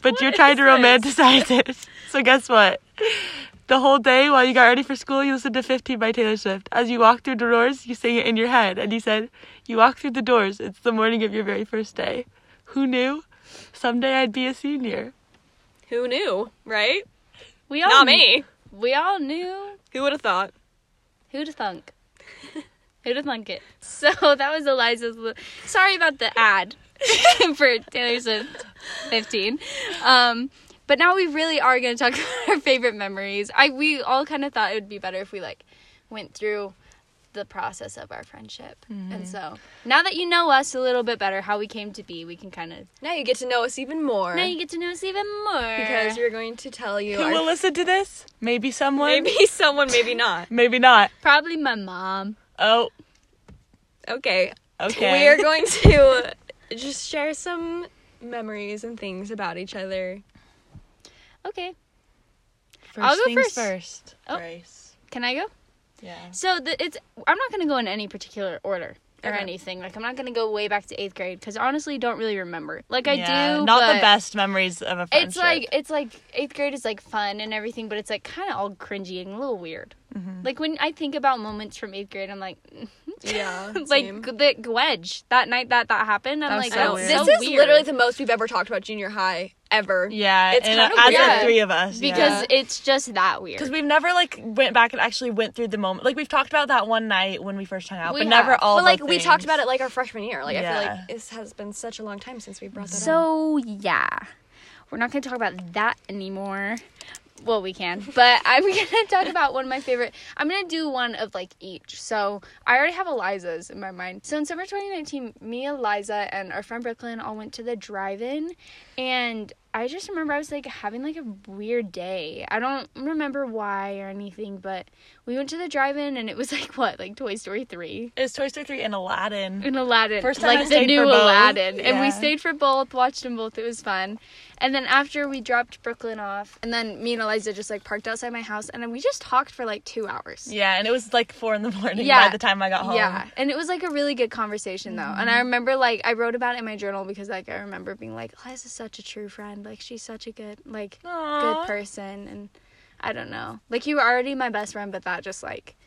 Speaker 3: but you're trying to romanticize it. So guess what? The whole day while you got ready for school, you listened to 15 by Taylor Swift. As you walk through the doors, you sing it in your head. And he said, You walk through the doors. It's the morning of your very first day. Who knew? Someday I'd be a senior.
Speaker 7: Who knew, right?
Speaker 1: We all
Speaker 7: Not
Speaker 1: kn-
Speaker 7: me.
Speaker 1: We all knew
Speaker 7: Who would have thought?
Speaker 1: who'd have thunk. who'd have thunk it? So that was Eliza's. Li- Sorry about the ad for Taylor Swift 15. Um, but now we really are going to talk about our favorite memories. I we all kind of thought it would be better if we like went through the process of our friendship. And so now that you know us a little bit better, how we came to be, we can kind of
Speaker 2: Now you get to know us even more.
Speaker 1: now you get to know us even more
Speaker 2: because we're going to tell you
Speaker 3: Who
Speaker 2: our
Speaker 3: will listen to this? Maybe someone. Maybe,
Speaker 7: Maybe someone, maybe not.
Speaker 3: not.
Speaker 1: probably my mom.
Speaker 3: Oh,
Speaker 2: Okay.
Speaker 3: okay.
Speaker 2: We are going to just share some memories and things about each other.
Speaker 1: Okay,
Speaker 3: First
Speaker 1: I'll go
Speaker 3: things
Speaker 1: first.
Speaker 3: first.
Speaker 1: Oh.
Speaker 3: Grace.
Speaker 1: can I go?
Speaker 3: Yeah.
Speaker 1: So the, it's I'm not gonna go in any particular order or anything. Like I'm not gonna go way back to eighth grade because honestly, don't really remember. Like I
Speaker 3: Yeah,
Speaker 1: do,
Speaker 3: Not the
Speaker 1: but
Speaker 3: best memories of a friendship.
Speaker 1: It's like it's like eighth grade is like fun and everything, but it's like kind of all cringy and a little weird.
Speaker 3: Mm-hmm.
Speaker 1: Like when I think about moments from eighth grade, I'm like, mm,
Speaker 2: Yeah.
Speaker 1: like the wedge that night that that happened. I'm like,
Speaker 3: so
Speaker 1: that's
Speaker 3: weird.
Speaker 1: so
Speaker 2: this is
Speaker 1: weird.
Speaker 2: literally the most we've ever talked about junior high ever.
Speaker 3: yeah,
Speaker 2: it's
Speaker 3: and
Speaker 2: kinda
Speaker 3: as
Speaker 1: weird.
Speaker 3: the three of us yeah.
Speaker 1: because it's just that weird.
Speaker 3: Because we've never like went back and actually went through the moment. Like we've talked about that one night when we first hung out,
Speaker 1: We
Speaker 3: but never
Speaker 1: have.
Speaker 3: all.
Speaker 2: but
Speaker 3: the
Speaker 2: like we talked
Speaker 3: things.
Speaker 2: about it like our freshman year. Like I feel
Speaker 3: Yeah.
Speaker 2: like this has been such a long time since we brought that up.
Speaker 1: So yeah, we're not gonna talk about that anymore. Well, we can, but I'm gonna talk about one of my favorite. I'm gonna do one of like each. So I already have Eliza's in my mind. So in summer 2019, me, Eliza, and our friend Brooklyn all went to the drive-in, and I just remember I was like having like a weird day. I don't remember why or anything, but we went to the drive-in and it was like what, like Toy Story three
Speaker 3: It was Toy Story three and Aladdin.
Speaker 1: in Aladdin,
Speaker 3: First time I
Speaker 1: like the
Speaker 3: stayed
Speaker 1: new
Speaker 3: for both.
Speaker 1: Aladdin, and
Speaker 3: Yeah.
Speaker 1: we stayed for both, watched them both. It was fun. And then after we dropped Brooklyn off, and then me and Eliza just like parked outside my house, and then we just talked for like two hours.
Speaker 3: Yeah, and it was like four in the morning
Speaker 1: Yeah.
Speaker 3: by the time I got home. Mm-hmm.
Speaker 1: Yeah, and it was like a really good conversation though, and I remember like I wrote about it in my journal because like I remember being like Eliza's such a true friend, like she's such a good like
Speaker 3: Aw.
Speaker 1: good person, and I don't know, like you were already my best friend, but that just like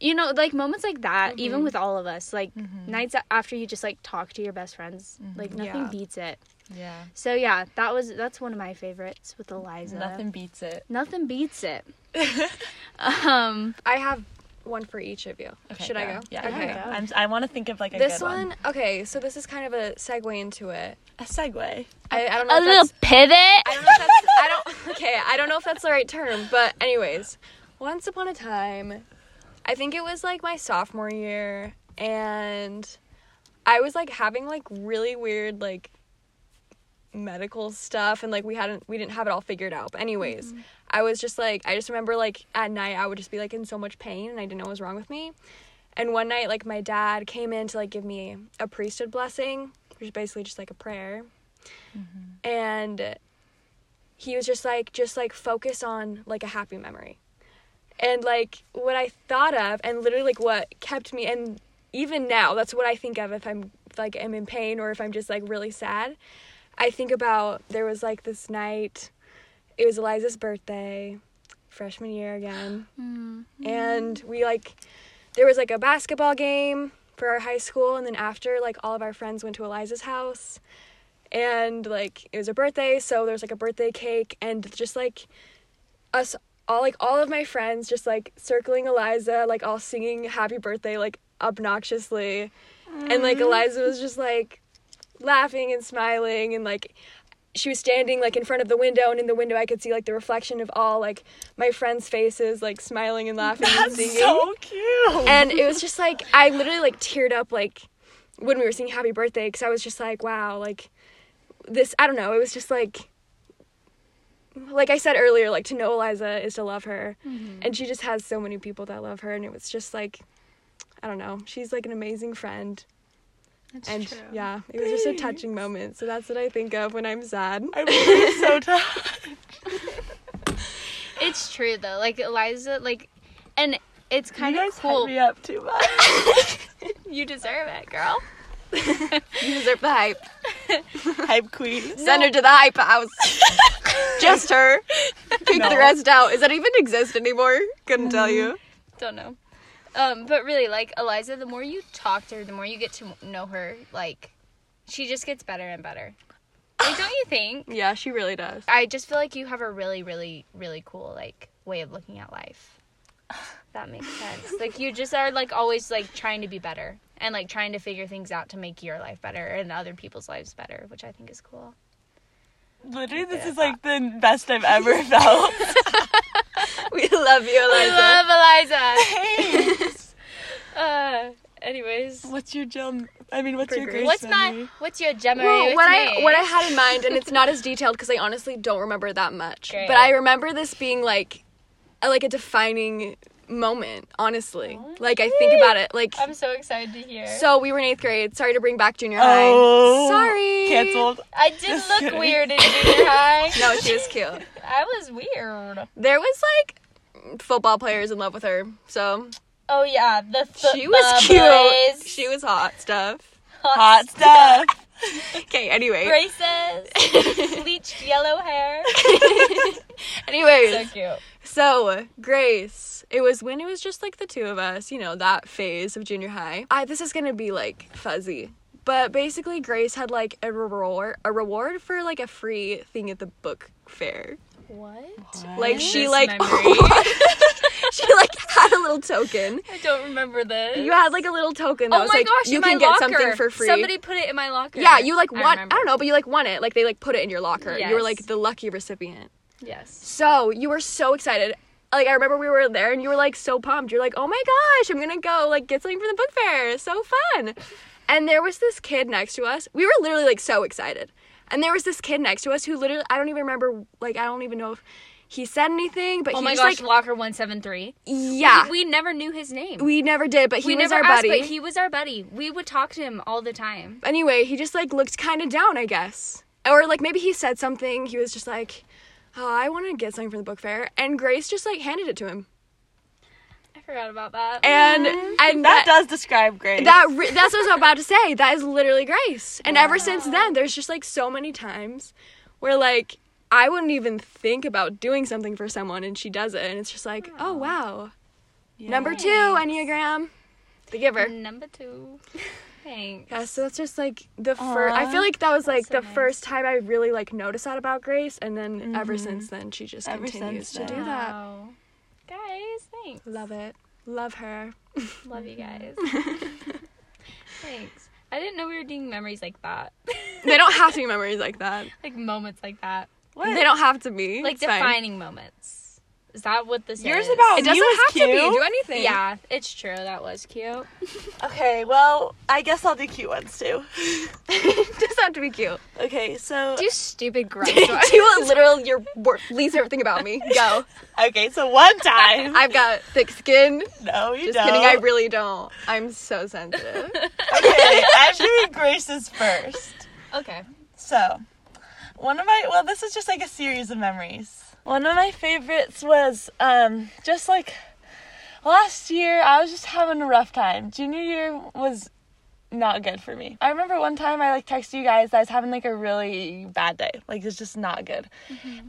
Speaker 1: you know, like moments like that,
Speaker 2: Mm-hmm.
Speaker 1: even with all of us, like nights a- after you just like talk to your best friends, like nothing
Speaker 2: Mm-hmm. Yeah.
Speaker 1: beats it.
Speaker 3: Yeah,
Speaker 1: So yeah, that was that's one of my favorites with Eliza.
Speaker 3: nothing beats it.
Speaker 1: Nothing beats it. um,
Speaker 2: I have one for each of you. Should I
Speaker 3: yeah.
Speaker 2: go?
Speaker 3: Yeah,
Speaker 2: Okay.
Speaker 3: okay. I'm, I want to think of like a
Speaker 2: This
Speaker 3: good one.
Speaker 2: one, okay, so this is kind of a segue into it.
Speaker 3: a segue.
Speaker 2: I, I don't know
Speaker 1: a
Speaker 2: if that's
Speaker 1: little pivot.
Speaker 2: I don't know if that's I don't okay, I don't know if that's the right term, but anyways, once upon a time, I think it was like my sophomore year and I was like having like really weird like medical stuff and like we hadn't we didn't have it all figured out. But anyways, I was just like I just remember like at night I would just be like in so much pain and I didn't know what was wrong with me. And one night like my dad came in to like give me a priesthood blessing, which is basically just like a prayer. And he was just like just like focus on like a happy memory and like what i thought of and literally like what kept me and even now that's what i think of if i'm like am in pain or if i'm just like really sad i think about there was like this night it was eliza's birthday freshman year again and we like there was like a basketball game for our high school and then after like all of our friends went to eliza's house and like it was a birthday so there was like a birthday cake and just like us all like all of my friends just like circling eliza like all singing happy birthday like obnoxiously and like eliza was just like laughing and smiling and like she was standing like in front of the window and in the window i could see like the reflection of all like my friends faces like smiling and laughing and singing
Speaker 3: So cute.
Speaker 2: and it was just like I literally like teared up like when we were singing Happy Birthday because I was just like, wow, like this. I don't know. It was just like, like I said earlier, like to know Eliza is to love her,
Speaker 7: Mm-hmm.
Speaker 2: and she just has so many people that love her, and it was just like, I don't know. She's like an amazing friend. and yeah, it was just a touching moment. So that's what I think of when I'm sad.
Speaker 3: I'm really so tired.
Speaker 1: It's true though. Like Eliza, like, and it's
Speaker 3: You
Speaker 1: kind of
Speaker 3: guys hype
Speaker 1: cool.
Speaker 3: me up too much.
Speaker 1: You deserve it, girl.
Speaker 7: You deserve the hype.
Speaker 3: Hype queen.
Speaker 7: Send her to the hype house. Just her. Pick the rest out. Is that even exist anymore? Couldn't tell you.
Speaker 1: Don't know. Um, but really, like Eliza, the more you talk to her, the more you get to know her. Like, she just gets better and better. Like, don't you think?
Speaker 7: Yeah, she really does.
Speaker 1: I just feel like you have a really, really, really cool like way of looking at life. That makes sense. like you just are like always like trying to be better and like trying to figure things out to make your life better and other people's lives better, which I think is cool.
Speaker 3: Literally, this is like the best I've ever felt.
Speaker 7: We love you,
Speaker 1: I
Speaker 7: Eliza.
Speaker 1: love Eliza. Uh, anyways,
Speaker 3: what's your gem? I mean, what's your grace?
Speaker 1: what's my
Speaker 3: memory?
Speaker 1: what's your Gemma?
Speaker 2: Well,
Speaker 1: with
Speaker 2: what
Speaker 1: me?
Speaker 2: I what I had in mind, and it's not as detailed because I honestly don't remember that much.
Speaker 1: Great.
Speaker 2: But I remember this being like, a, like a defining moment. Honestly, like I think about it. Like,
Speaker 1: Oh, I'm so excited to hear.
Speaker 2: so we were in eighth grade. Sorry to bring back junior high.
Speaker 3: Oh,
Speaker 2: Sorry.
Speaker 3: Cancelled.
Speaker 1: I did
Speaker 3: Just
Speaker 1: look
Speaker 3: kidding.
Speaker 1: weird in junior high.
Speaker 2: No, she was cute.
Speaker 1: I was weird.
Speaker 2: There was like football players in love with her, so
Speaker 1: Oh yeah, the
Speaker 2: she was
Speaker 1: the
Speaker 2: cute.
Speaker 1: boys.
Speaker 2: She was hot stuff.
Speaker 3: Hot stuff.
Speaker 2: Okay, anyway.
Speaker 1: braces, bleached yellow hair.
Speaker 2: Anyways.
Speaker 1: So cute.
Speaker 2: So, Grace, it was when it was just like the two of us, you know, that phase of junior high. I this is going to be like fuzzy. But basically Grace had like a reward a reward for like a free thing at the book fair.
Speaker 1: What?
Speaker 2: Like she
Speaker 1: This
Speaker 2: like
Speaker 1: memory.
Speaker 2: she like had a little token.
Speaker 1: I don't remember this.
Speaker 2: You had like a little token that
Speaker 1: oh
Speaker 2: was
Speaker 1: my
Speaker 2: like
Speaker 1: gosh,
Speaker 2: you
Speaker 1: in
Speaker 2: can
Speaker 1: my
Speaker 2: get
Speaker 1: locker.
Speaker 2: something for free.
Speaker 1: Somebody put it in my locker.
Speaker 2: yeah, you like
Speaker 1: I
Speaker 2: won. I,
Speaker 1: remember.
Speaker 2: don't know, but you like won it. Like they like put it in your locker. You were
Speaker 1: Yes.
Speaker 2: like the lucky recipient.
Speaker 1: Yes.
Speaker 2: So you were so excited. Like I remember we were there and you were like so pumped. You're like, oh my gosh, I'm gonna go like get something from the book fair. It's so fun. And there was this kid next to us. We were literally like so excited. And there was this kid next to us who literally I don't even remember like I don't even know if he said anything, but
Speaker 1: Oh
Speaker 2: he
Speaker 1: my
Speaker 2: was
Speaker 1: gosh,
Speaker 2: like
Speaker 1: locker one seven three.
Speaker 2: Yeah.
Speaker 1: We
Speaker 2: We,
Speaker 1: never knew his name.
Speaker 2: never did, but he
Speaker 1: We
Speaker 2: was
Speaker 1: never
Speaker 2: our
Speaker 1: asked,
Speaker 2: buddy.
Speaker 1: but he was our buddy. We would talk to him all the time.
Speaker 2: anyway, he just like looked kinda down, I guess. Or like maybe he said something, he was just like, Oh, I wanna get something from the book fair and Grace just like handed it to him.
Speaker 1: I forgot about that.
Speaker 2: And and
Speaker 3: That does describe grace.
Speaker 2: That re- that's what I was about to say. That is literally grace. And ever since then, there's just like so many times where like I wouldn't even think about doing something for someone, and she does it, and it's just like, oh wow, number two enneagram, the giver.
Speaker 3: Mm.
Speaker 1: Number two. Thanks.
Speaker 2: Yeah, so that's just like the first. I feel like that was like the first time I really like noticed that about Grace, and then ever since then she just
Speaker 3: Mm-hmm. Ever
Speaker 2: continues to
Speaker 3: since
Speaker 2: do that.
Speaker 1: Wow. Guys, thanks.
Speaker 2: Love it, love her.
Speaker 1: Love you guys. Thanks. I didn't know we were doing memories like that.
Speaker 2: They don't have to be memories like that.
Speaker 1: like moments like that.
Speaker 2: They don't have to be.
Speaker 1: Like
Speaker 2: It's fine.
Speaker 1: defining moments. Is that what this
Speaker 3: Yours
Speaker 1: is?
Speaker 3: about-
Speaker 2: It doesn't
Speaker 3: You was
Speaker 2: have to be.
Speaker 3: cute.
Speaker 2: Do anything.
Speaker 1: Yeah, it's true. That was cute.
Speaker 3: Okay, well, I guess I'll do cute ones too.
Speaker 2: just have to be cute.
Speaker 3: Okay, so
Speaker 1: Do stupid grunts.
Speaker 2: you literal your wor- least favorite thing about me. Go.
Speaker 3: okay, so one time.
Speaker 2: I've got thick skin.
Speaker 3: no, you
Speaker 2: Just
Speaker 3: don't.
Speaker 2: kidding. I really don't. I'm so sensitive.
Speaker 3: okay, I'm doing Grace's first.
Speaker 1: okay.
Speaker 3: So, one of my well, this is just like a series of memories. One of my favorites was um, just like last year. I was just having a rough time. Junior year was not good for me. I remember one time I like texted you guys that I was having like a really bad day. Like it's just not good.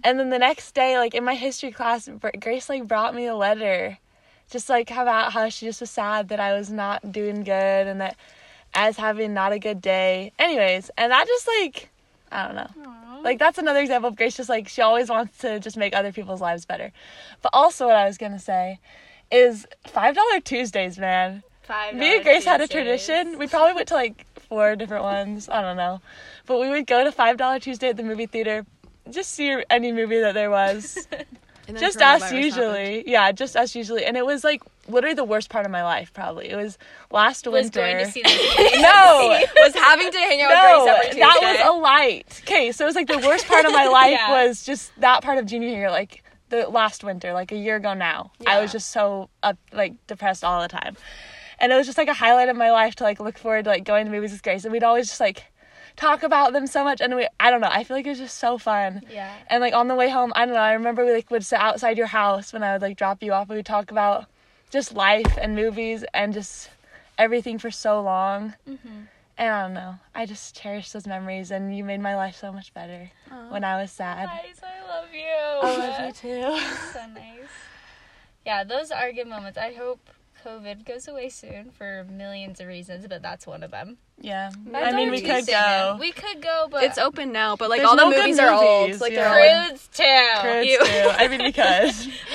Speaker 3: And then the next day, like in my history class, Br- Grace like brought me a letter, just like about how she just was sad that I was not doing good and that I was having not a good day. Anyways, and that just like I don't know. Like that's another example of Grace just like she always wants to just make other people's lives better. But also what I was gonna say is five dollar Tuesdays, man.
Speaker 1: Five.
Speaker 3: Me and Grace had a tradition. We probably went to like four different ones. I don't know. But we would go to five dollar Tuesday at the movie theater, just see any movie that there was.
Speaker 2: And then
Speaker 3: just
Speaker 2: coronavirus
Speaker 3: us
Speaker 2: happened.
Speaker 3: usually. Yeah, just us usually. And it was like literally the worst part of my life, probably. It was last
Speaker 1: Was
Speaker 3: winter.
Speaker 1: going to see this.
Speaker 3: no,
Speaker 2: was having to hang out
Speaker 3: no,
Speaker 2: with Grace every Tuesday.
Speaker 3: that was a light. Okay, so it was like the worst part of my life was just that part of junior year, like the last winter, like a year ago now. I was just so up, like depressed all the time, and it was just like a highlight of my life to like look forward to like going to movies with Grace, and we'd always just like talk about them so much, and we I don't know, I feel like it was just so fun.
Speaker 1: Yeah.
Speaker 3: And like on the way home, I don't know, I remember we like would sit outside your house when I would like drop you off, and we'd talk about just life and movies and just everything for so long.
Speaker 1: Mm-hmm.
Speaker 3: And I don't know. I just cherish those memories, and you made my life so much better when I was sad.
Speaker 1: Guys, I love you.
Speaker 3: I love you too.
Speaker 1: so nice. Yeah, those are good moments. I hope COVID goes away soon for millions of reasons, but that's one of them.
Speaker 3: Yeah.
Speaker 1: That's
Speaker 3: I mean,
Speaker 1: our
Speaker 3: we
Speaker 1: two
Speaker 3: could go.
Speaker 1: stand. We could go, but
Speaker 2: It's open now, but like
Speaker 3: There's
Speaker 2: all the
Speaker 3: no good
Speaker 2: movies are old.
Speaker 3: movies,
Speaker 2: Like
Speaker 3: yeah.
Speaker 2: they're all
Speaker 1: Crudes too.
Speaker 3: Crudes
Speaker 1: Ew.
Speaker 3: too. I mean, we could.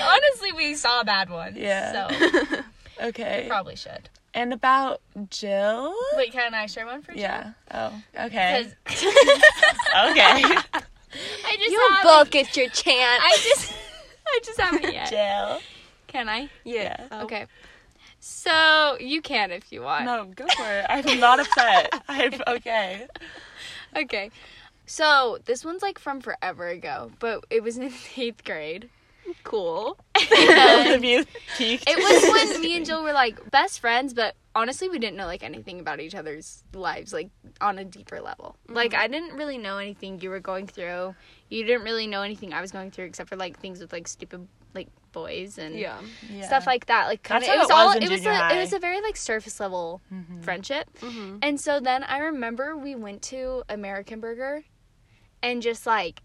Speaker 1: Honestly, we saw bad ones.
Speaker 3: Yeah.
Speaker 1: So
Speaker 3: Okay.
Speaker 1: probably should.
Speaker 3: And about Jill?
Speaker 1: Wait, can I share one for you?
Speaker 3: Yeah. Oh, okay.
Speaker 1: Because
Speaker 3: Okay.
Speaker 1: I just
Speaker 2: You'll
Speaker 1: haven't-
Speaker 2: both get your chance.
Speaker 1: I just I just haven't yet.
Speaker 3: Jill.
Speaker 1: Can I?
Speaker 3: Yeah.
Speaker 1: Okay. So you can if you want.
Speaker 3: No, go for it. I'm not upset. I'm okay.
Speaker 1: Okay. So this one's like from forever ago, but it was in eighth grade. Cool.
Speaker 3: Both of you peaked.
Speaker 1: It was when me and Jill were like best friends, but honestly, we didn't know like anything about each other's lives, like on a deeper level. Like I didn't really know anything you were going through. You didn't really know anything I was going through, except for like things with like stupid like boys and
Speaker 2: yeah.
Speaker 3: Yeah.
Speaker 1: stuff like that. Like kind
Speaker 3: That's
Speaker 1: of,
Speaker 3: how
Speaker 1: it was
Speaker 3: it was
Speaker 1: all
Speaker 3: in
Speaker 1: it was
Speaker 3: junior
Speaker 1: a,
Speaker 3: high. Mm-hmm.
Speaker 1: it was a very like surface level friendship. And so then I remember we went to American Burger, and just like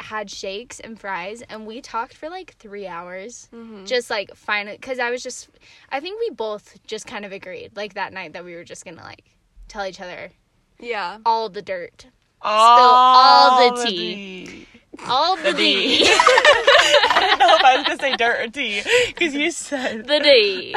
Speaker 1: had shakes and fries, and we talked for like three hours,
Speaker 3: Mm-hmm.
Speaker 1: just like finally because I was just I think we both just kind of agreed like that night that we were just gonna like tell each other
Speaker 2: Yeah.
Speaker 1: all the dirt,
Speaker 3: all,
Speaker 1: all the
Speaker 3: the
Speaker 1: tea.
Speaker 3: tea.
Speaker 1: all the D,
Speaker 3: I don't know if I was gonna say dirt or tea because you said
Speaker 1: the D.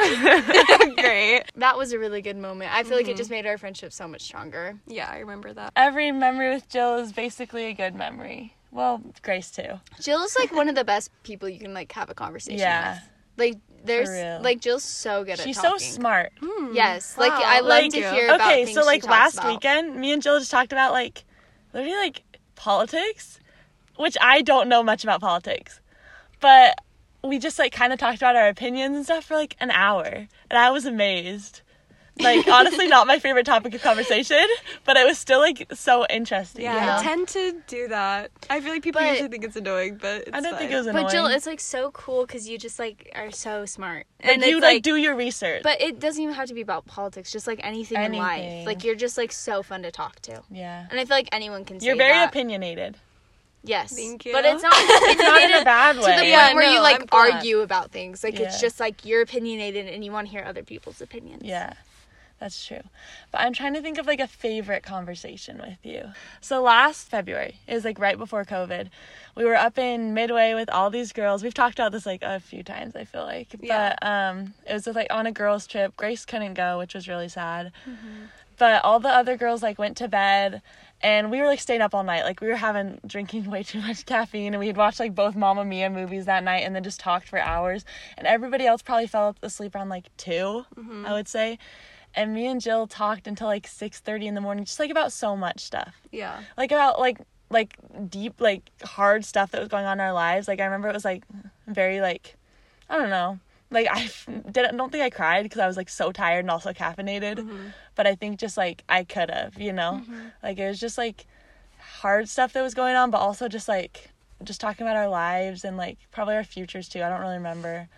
Speaker 2: Great.
Speaker 1: That was a really good moment. I feel like
Speaker 3: Mm-hmm.
Speaker 1: it just made our friendship so much stronger.
Speaker 2: Yeah, I remember that.
Speaker 3: every memory with Jill is basically a good memory. Well, Grace too.
Speaker 1: Jill's like one of the best people you can like have a conversation
Speaker 3: Yeah,
Speaker 1: with. Like there's
Speaker 3: real.
Speaker 1: like Jill's so good
Speaker 3: she's
Speaker 1: at
Speaker 3: so
Speaker 1: talking. Hmm.
Speaker 3: smart.
Speaker 1: Yes, like I love
Speaker 3: Like,
Speaker 1: to hear about
Speaker 3: okay,
Speaker 1: things
Speaker 3: so like
Speaker 1: she talks
Speaker 3: last
Speaker 1: about.
Speaker 3: weekend, me and Jill just talked about like literally like politics, which I don't know much about politics, but we just like kind of talked about our opinions and stuff for like an hour, and I was amazed. Like honestly, not my favorite topic of conversation, but it was still like so interesting.
Speaker 2: Yeah,
Speaker 1: Yeah.
Speaker 2: I tend to do that. I feel like people
Speaker 1: But-
Speaker 2: usually think it's annoying, but it's
Speaker 3: I don't think
Speaker 2: fine.
Speaker 3: it was annoying.
Speaker 1: But Jill, it's like so cool because you just like are so smart
Speaker 3: like,
Speaker 1: it's
Speaker 3: you like, do your research.
Speaker 1: But it doesn't even have to be about politics. Just like anything, in
Speaker 3: Anything.
Speaker 1: life, like you're just like so fun to talk to.
Speaker 3: yeah,
Speaker 1: And I feel like anyone can. Say
Speaker 3: you're very
Speaker 1: that.
Speaker 3: opinionated.
Speaker 1: Yes,
Speaker 2: Thank you.
Speaker 1: But it's not opinionated
Speaker 3: Not in a bad
Speaker 1: to the point
Speaker 3: way.
Speaker 2: Yeah,
Speaker 1: where
Speaker 2: no,
Speaker 1: you like
Speaker 2: I'm glad.
Speaker 1: argue about things. Like
Speaker 3: Yeah.
Speaker 1: it's just like you're opinionated and you want to hear other people's opinions.
Speaker 3: Yeah, that's true. But I'm trying to think of like a favorite conversation with you. So last February, it was like right before COVID, we were up in Midway with all these girls. We've talked about this like a few times, I feel like.
Speaker 2: Yeah.
Speaker 3: But um, it was like on a girls' trip. Grace couldn't go, which was really sad. But all the other girls like went to bed. And we were like staying up all night. Like we were having drinking way too much caffeine and we had watched like both Mamma Mia movies that night and then just talked for hours. And everybody else probably fell asleep around like 2, I would say. And me and Jill talked until like 6:30 in the morning just like about so much stuff
Speaker 2: Yeah.
Speaker 3: like about like like deep like hard stuff that was going on in our lives like i remember it was like very like i don't know like i f- didn't don't think i cried because i was like so tired and also caffeinated but i think just like i could have you know like it was just like hard stuff that was going on but also just like just talking about our lives and like probably our futures too i don't really remember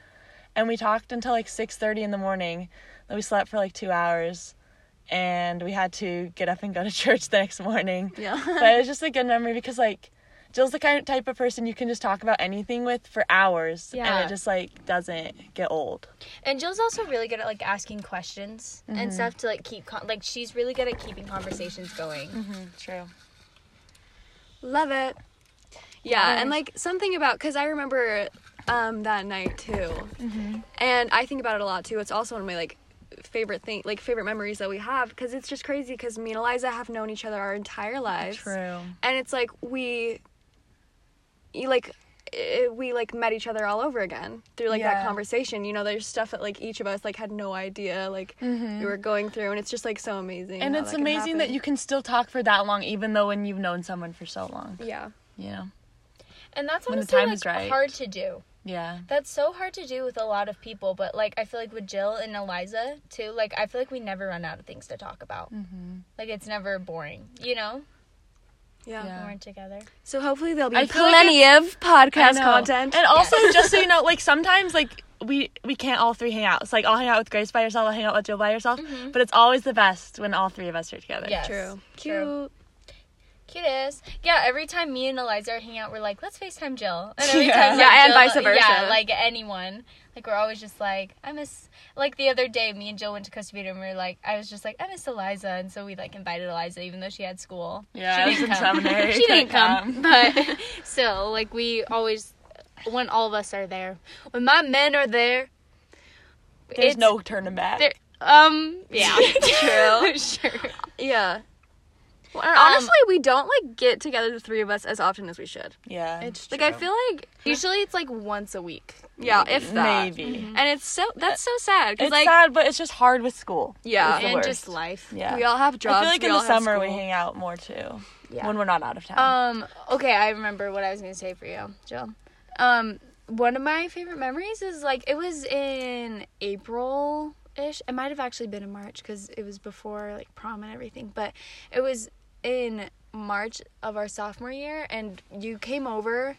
Speaker 3: and we talked until like 6.30 in the morning then we slept for like two hours and we had to get up and go to church the next morning
Speaker 2: Yeah.
Speaker 3: but it was just a good memory because like Jill's the kind of type of person you can just talk about anything with for hours and
Speaker 1: Yeah.
Speaker 3: it just like doesn't get old.
Speaker 1: And Jill's also really good at like asking questions
Speaker 3: Mm-hmm.
Speaker 1: and stuff to like keep con- like she's really good at keeping conversations going.
Speaker 3: Mm-hmm. True.
Speaker 2: Love it. Yeah, and like something about because I remember um, that night too,
Speaker 3: Mm-hmm.
Speaker 2: and I think about it a lot too. It's also one of my like favorite thing, like favorite memories that we have because it's just crazy because me and Eliza have known each other our entire lives.
Speaker 3: True.
Speaker 2: and it's like we you like i we like met each other all over again through like
Speaker 3: Yeah.
Speaker 2: that conversation you know there's stuff that like each of us like had no idea like we were going through and it's just like so amazing
Speaker 3: Mm-hmm. And
Speaker 2: how
Speaker 3: it's
Speaker 2: that can
Speaker 3: amazing that
Speaker 2: happen.
Speaker 3: you can still talk for that long even though when you've known someone for so long.
Speaker 2: yeah
Speaker 3: You know?
Speaker 1: And that's
Speaker 3: When the
Speaker 1: honestly
Speaker 3: time
Speaker 1: like,
Speaker 3: is right.
Speaker 1: hard to do.
Speaker 3: Yeah.
Speaker 1: That's so hard to do with a lot of people, but like I feel like with Jill and Eliza too, like I feel like we never run out of things to talk about.
Speaker 3: Mm-hmm.
Speaker 1: Like it's never boring, you know?
Speaker 2: yeah,
Speaker 3: Yeah.
Speaker 1: When we're together.
Speaker 2: so hopefully there'll be
Speaker 3: I feel like
Speaker 2: plenty of
Speaker 3: I
Speaker 2: podcast
Speaker 3: know.
Speaker 2: content
Speaker 3: And also just so you know, like sometimes like we we can't all three hang out. It's like I'll hang out with Grace by herself, I'll hang out with Jill by herself. But it's always the best when all three of us are together.
Speaker 1: Yes.
Speaker 8: True.
Speaker 1: True. Cutest. Yeah, every time me and Eliza are hanging out, we're like, let's FaceTime Jill. And every time,
Speaker 2: Yeah,
Speaker 1: like,
Speaker 2: and
Speaker 1: Jill-
Speaker 2: vice versa.
Speaker 1: Yeah, like anyone. Like, we're always just like, I miss. Like, the other day, me and Jill went to Costa Rica and we were like, I was just like, I miss Eliza. And so we, like, invited Eliza, even though she had school.
Speaker 3: Yeah, I was in
Speaker 1: come.
Speaker 3: seminary.
Speaker 1: She didn't
Speaker 3: couldn't
Speaker 1: come. But so, like, we always, when all of us are there, when my men are there,
Speaker 3: There's
Speaker 1: it's-
Speaker 3: no turning back.
Speaker 1: there- Um, yeah.
Speaker 2: True.
Speaker 1: sure.
Speaker 2: Yeah. Well, and
Speaker 1: Um,
Speaker 2: honestly, we don't like get together the three of us as often as we should.
Speaker 3: yeah.
Speaker 2: Like I feel like
Speaker 1: Usually it's like once a week.
Speaker 2: yeah, if that.
Speaker 3: maybe.
Speaker 2: And it's so that's so sad because
Speaker 3: It's
Speaker 2: like
Speaker 3: sad, but it's just hard with school.
Speaker 2: yeah,
Speaker 3: It's the
Speaker 1: and
Speaker 3: worst.
Speaker 1: just life.
Speaker 3: Yeah.
Speaker 2: we all have jobs.
Speaker 3: I feel like
Speaker 2: we
Speaker 3: in
Speaker 2: all
Speaker 3: the
Speaker 2: have
Speaker 3: summer we
Speaker 2: school.
Speaker 3: hang out more too. When we're not out of town.
Speaker 1: Um, okay, I remember what I was gonna say for you, Jill. Um, one of my favorite memories is like it was in April ish. It might have actually been in March because it was before like prom and everything, but it was in March of our sophomore year, and you came over,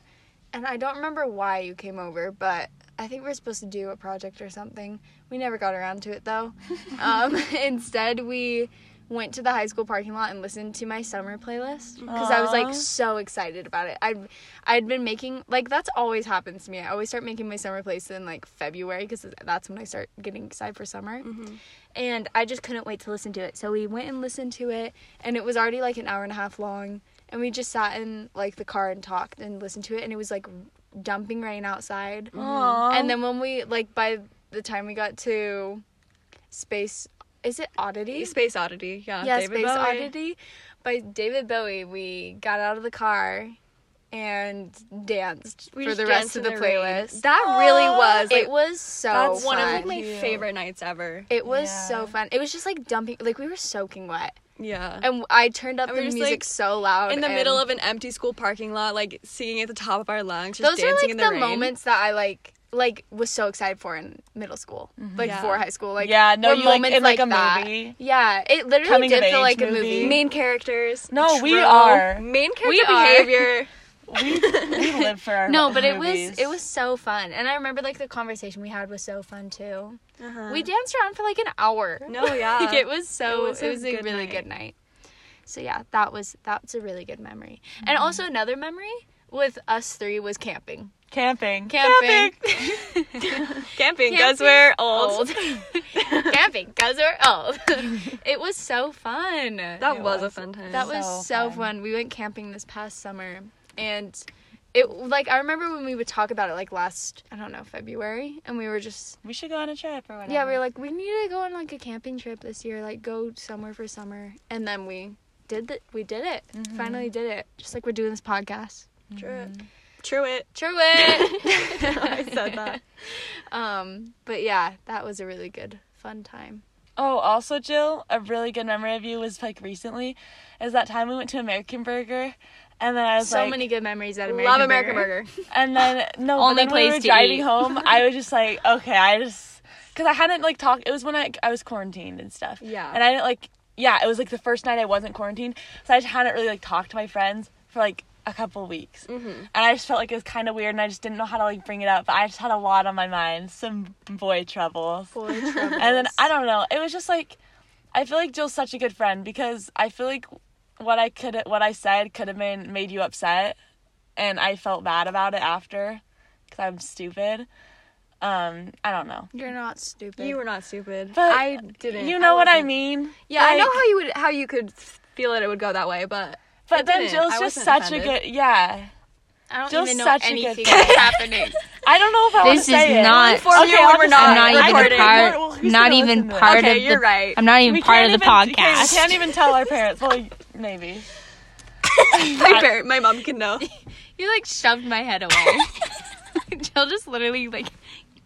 Speaker 1: and I don't remember why you came over, but I think we were supposed to do a project or something. We never got around to it though. um, instead, we went to the high school parking lot and listened to my summer playlist because I was
Speaker 3: Aw.
Speaker 1: like so excited about it. I would I'd been making like that's always happens to me. I always start making my summer playlist in like February because that's when I start getting excited for summer. And I just couldn't wait to listen to it. So we went and listened to it and it was already like an hour and a half long and we just sat in like the car and talked and listened to it and it was like dumping rain outside. Um, And then when we like by the time we got to space is it oddity?
Speaker 2: Space Oddity. Yeah,
Speaker 1: yeah,
Speaker 2: Uh, David
Speaker 1: Space
Speaker 2: Bowie.
Speaker 1: Oddity by David Bowie. We got out of the car and danced
Speaker 2: We
Speaker 1: for
Speaker 2: just
Speaker 1: the
Speaker 2: danced
Speaker 1: rest of
Speaker 2: in
Speaker 1: the,
Speaker 2: rain.
Speaker 1: playlist.
Speaker 2: That really Oh, was like
Speaker 1: it was so
Speaker 2: that's
Speaker 1: fun.
Speaker 2: one of like, my
Speaker 3: Cute.
Speaker 2: favorite nights ever.
Speaker 1: it was
Speaker 3: Yeah.
Speaker 1: so fun. It was just like dumping, like we were soaking wet,
Speaker 2: Yeah.
Speaker 1: and I turned up
Speaker 2: And we
Speaker 1: the
Speaker 2: were just,
Speaker 1: music
Speaker 2: like,
Speaker 1: so loud
Speaker 2: in the
Speaker 1: and
Speaker 2: middle of an empty school parking lot, like singing at the top of our lungs, just
Speaker 1: Those are
Speaker 2: dancing
Speaker 1: like
Speaker 2: in
Speaker 1: the,
Speaker 2: the, rain.
Speaker 1: moments that I like, like was so excited for in middle school, like
Speaker 2: Yeah.
Speaker 1: before high school, like
Speaker 3: Yeah, no,
Speaker 1: were
Speaker 3: you, like,
Speaker 1: moments
Speaker 3: in, like, a
Speaker 1: that.
Speaker 3: movie.
Speaker 1: Yeah, it literally
Speaker 3: Coming
Speaker 1: did
Speaker 3: of
Speaker 1: feel
Speaker 3: age
Speaker 1: like a
Speaker 3: movie.
Speaker 1: movie.
Speaker 2: Main characters.
Speaker 3: no, we
Speaker 2: True.
Speaker 3: are.
Speaker 2: Main character
Speaker 1: We are.
Speaker 2: behavior.
Speaker 3: We, we live for our
Speaker 1: No, but it
Speaker 3: movies.
Speaker 1: was it was so fun, and I remember like the conversation we had was so fun too.
Speaker 2: Uh-huh.
Speaker 1: We danced around for like an hour.
Speaker 2: Uh. No, yeah.
Speaker 1: like, it was so
Speaker 2: It
Speaker 1: it
Speaker 2: was
Speaker 1: was,
Speaker 2: a
Speaker 1: a
Speaker 2: good
Speaker 1: really
Speaker 2: night.
Speaker 1: good night. So yeah, that was that's a really good memory,
Speaker 2: Mm-hmm.
Speaker 1: and also another memory with us three was camping.
Speaker 3: camping.
Speaker 1: Camping,
Speaker 2: Camping, Oh, because
Speaker 1: Camping.
Speaker 2: we're old.
Speaker 1: old, camping, cause we're old. it was so fun.
Speaker 2: That
Speaker 3: It
Speaker 2: was, a
Speaker 3: was.
Speaker 2: fun time.
Speaker 1: That was
Speaker 3: So
Speaker 1: so,
Speaker 3: fun.
Speaker 1: fun. We went camping this past summer and it like I remember when we would talk about it like last I don't know February and we were just
Speaker 3: We should go on a trip or whatever.
Speaker 1: yeah we were like we need to go on like a camping trip this year like go somewhere for summer and then we did that we did it finally did it just like we're doing this podcast
Speaker 2: true.
Speaker 4: Mm-hmm.
Speaker 2: True it.
Speaker 1: true it
Speaker 2: I said that.
Speaker 1: um but yeah that was a really good fun time
Speaker 3: Oh, also, Jill, a really good memory of you was like recently, is that time we went to American Burger, and then I was
Speaker 1: so
Speaker 3: like,
Speaker 1: many good memories at American
Speaker 2: Love American Burger.
Speaker 3: and then no, only
Speaker 4: Only
Speaker 3: then when we
Speaker 4: place
Speaker 3: were
Speaker 4: to
Speaker 3: driving
Speaker 4: eat.
Speaker 3: home, I was just like, okay, I just, cause I hadn't like talked. It was when I I was quarantined and stuff.
Speaker 2: Yeah.
Speaker 3: And I didn't like, yeah, it was like the first night I wasn't quarantined, so I just hadn't really like talked to my friends for like a couple weeks, mm-hmm. and I just felt like it was kind of weird, and I just didn't know how to like bring it up. But I just had a lot on my mind, some boy troubles.
Speaker 1: Boy,
Speaker 3: And then I don't know. It was just like I feel like Jill's such a good friend because I feel like what I could what I said could have been made you upset, and I felt bad about it after because I'm stupid. Um, I don't know.
Speaker 1: you're not stupid
Speaker 2: You were not stupid.
Speaker 3: But
Speaker 2: I didn't.
Speaker 3: You know what I mean?
Speaker 2: yeah, I know
Speaker 3: like-
Speaker 2: how you would how you could feel it. It would go that way, but
Speaker 3: But then
Speaker 2: didn't.
Speaker 3: Jill's
Speaker 2: I
Speaker 3: just
Speaker 2: wasn't
Speaker 3: such a
Speaker 2: offended.
Speaker 3: good yeah.
Speaker 1: I don't
Speaker 3: Jill's
Speaker 1: even know
Speaker 3: such a good
Speaker 1: anything
Speaker 3: friend.
Speaker 1: that's happening
Speaker 3: I don't know if I want to
Speaker 4: This
Speaker 3: say
Speaker 4: is not.
Speaker 2: Inform you
Speaker 3: Okay,
Speaker 2: when
Speaker 3: I'll
Speaker 2: we're
Speaker 3: just-
Speaker 2: not
Speaker 4: I'm not even
Speaker 2: recording.
Speaker 4: part.
Speaker 3: Well, who's
Speaker 4: not
Speaker 3: gonna listen
Speaker 4: even
Speaker 3: to this?
Speaker 4: part
Speaker 2: Okay,
Speaker 4: of
Speaker 2: you're
Speaker 4: the.
Speaker 2: right.
Speaker 4: I'm not
Speaker 3: it.
Speaker 4: even
Speaker 3: We
Speaker 4: part
Speaker 3: can't
Speaker 4: of the
Speaker 3: even- We
Speaker 4: podcast.
Speaker 3: can't even tell our parents. Well, maybe.
Speaker 2: my parent, my mom can know.
Speaker 4: You like shoved my head away. Jill just literally like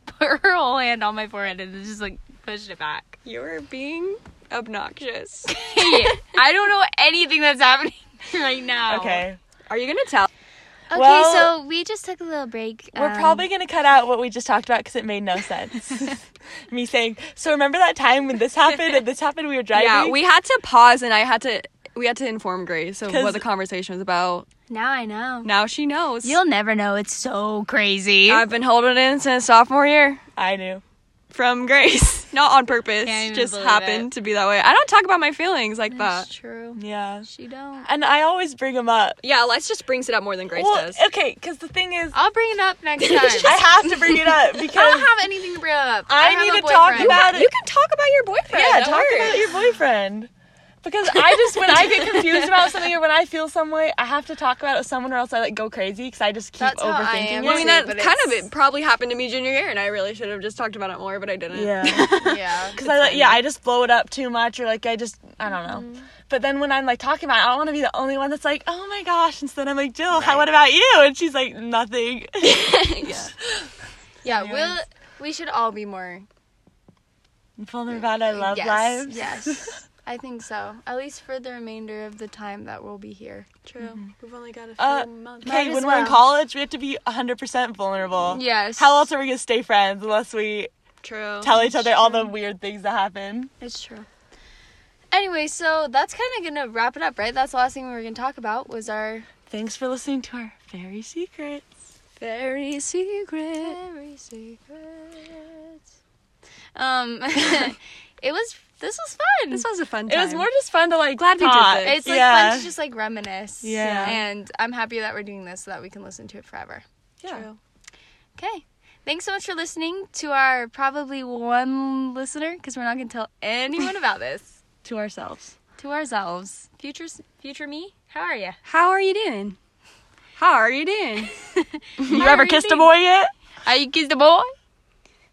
Speaker 4: put her whole hand on my forehead and just like pushed it back.
Speaker 2: You were being obnoxious.
Speaker 4: I don't know anything that's happening right now.
Speaker 3: Okay.
Speaker 2: Are you gonna tell?
Speaker 1: okay
Speaker 3: Well-
Speaker 1: so we just took a little break
Speaker 3: We're
Speaker 1: um,
Speaker 3: probably going to cut out what we just talked about because it made no sense. Me saying, so remember that time when this happened and this happened, we were driving?
Speaker 2: Yeah, we had to pause, and I had to we had to inform Grace of
Speaker 3: 'Cause-
Speaker 2: what the conversation was about.
Speaker 4: Now I know.
Speaker 2: Now she knows.
Speaker 4: You'll never know. It's so crazy.
Speaker 1: Uh,
Speaker 2: I've been holding it in since sophomore year
Speaker 3: I knew.
Speaker 2: from Grace. Not on purpose.
Speaker 1: Can't even
Speaker 2: Just
Speaker 1: believe
Speaker 2: happened to be that way. I don't talk about my feelings like
Speaker 4: That's
Speaker 2: that.
Speaker 4: true.
Speaker 3: Yeah.
Speaker 4: She don't.
Speaker 3: And I always bring them up.
Speaker 2: Yeah, Lex just brings it up more than Grace
Speaker 3: well,
Speaker 2: does.
Speaker 3: okay, because the thing is,
Speaker 1: I'll bring it up next time.
Speaker 3: I have to bring it up
Speaker 1: I don't
Speaker 3: because
Speaker 1: have anything to bring up.
Speaker 3: I
Speaker 1: have
Speaker 3: need to
Speaker 1: a
Speaker 3: talk
Speaker 1: boyfriend.
Speaker 3: about it.
Speaker 2: You can talk about your boyfriend.
Speaker 3: yeah,
Speaker 2: that
Speaker 3: talk about
Speaker 2: works.
Speaker 3: your boyfriend. Because I just when I get confused about something or when I feel some way, I have to talk about it with someone or else I like go crazy because I just keep
Speaker 1: That's how
Speaker 3: overthinking
Speaker 1: I am,
Speaker 2: Well, I mean,
Speaker 3: it.
Speaker 1: too,
Speaker 2: that
Speaker 1: but
Speaker 2: kind of
Speaker 1: it's-
Speaker 2: it probably happened to me junior year, and I really should have just talked about it more, but I didn't.
Speaker 3: yeah.
Speaker 1: Yeah.
Speaker 3: Cause I like yeah, I just blow it up too much or like I just I don't know. But then when I'm like talking about, it, I don't want to be the only one that's like, oh my gosh. Instead, I'm like, Jill, how what about you? And she's like, nothing.
Speaker 1: Yeah, we'll we should all be more.
Speaker 3: Told her about I love
Speaker 1: yes.
Speaker 3: lives.
Speaker 1: Yes. I think so. At least for the remainder of the time that we'll be here.
Speaker 2: True. We've only got a few
Speaker 3: Uh,
Speaker 2: months.
Speaker 3: Okay,
Speaker 1: as
Speaker 3: when we're in
Speaker 1: well.
Speaker 3: college, we have to be 100% vulnerable.
Speaker 1: Yes.
Speaker 3: How else are we gonna stay friends unless we
Speaker 2: True.
Speaker 3: tell each other all the weird things that happen?
Speaker 1: It's true. Anyway, so that's kind of gonna wrap it up, right? That's the last thing we were gonna talk about was our
Speaker 3: Thanks for listening to our very secret.
Speaker 2: Very secret.
Speaker 1: very secrets. Um, it was. This was fun.
Speaker 2: This was a fun
Speaker 3: It
Speaker 2: time.
Speaker 3: was more just fun to like
Speaker 2: Glad we did
Speaker 3: talk.
Speaker 2: this.
Speaker 1: It's like
Speaker 3: yeah.
Speaker 1: fun to just like reminisce.
Speaker 3: Yeah.
Speaker 1: And I'm happy that we're doing this so that we can listen to it forever.
Speaker 2: True.
Speaker 1: Okay. Thanks so much for listening to our probably one listener because we're not gonna tell anyone about this
Speaker 3: to ourselves.
Speaker 1: to ourselves. Future s- future me, how are you?
Speaker 2: How are you doing? How are you doing?
Speaker 3: You ever kissed a boy yet?
Speaker 1: Are you kissed a boy?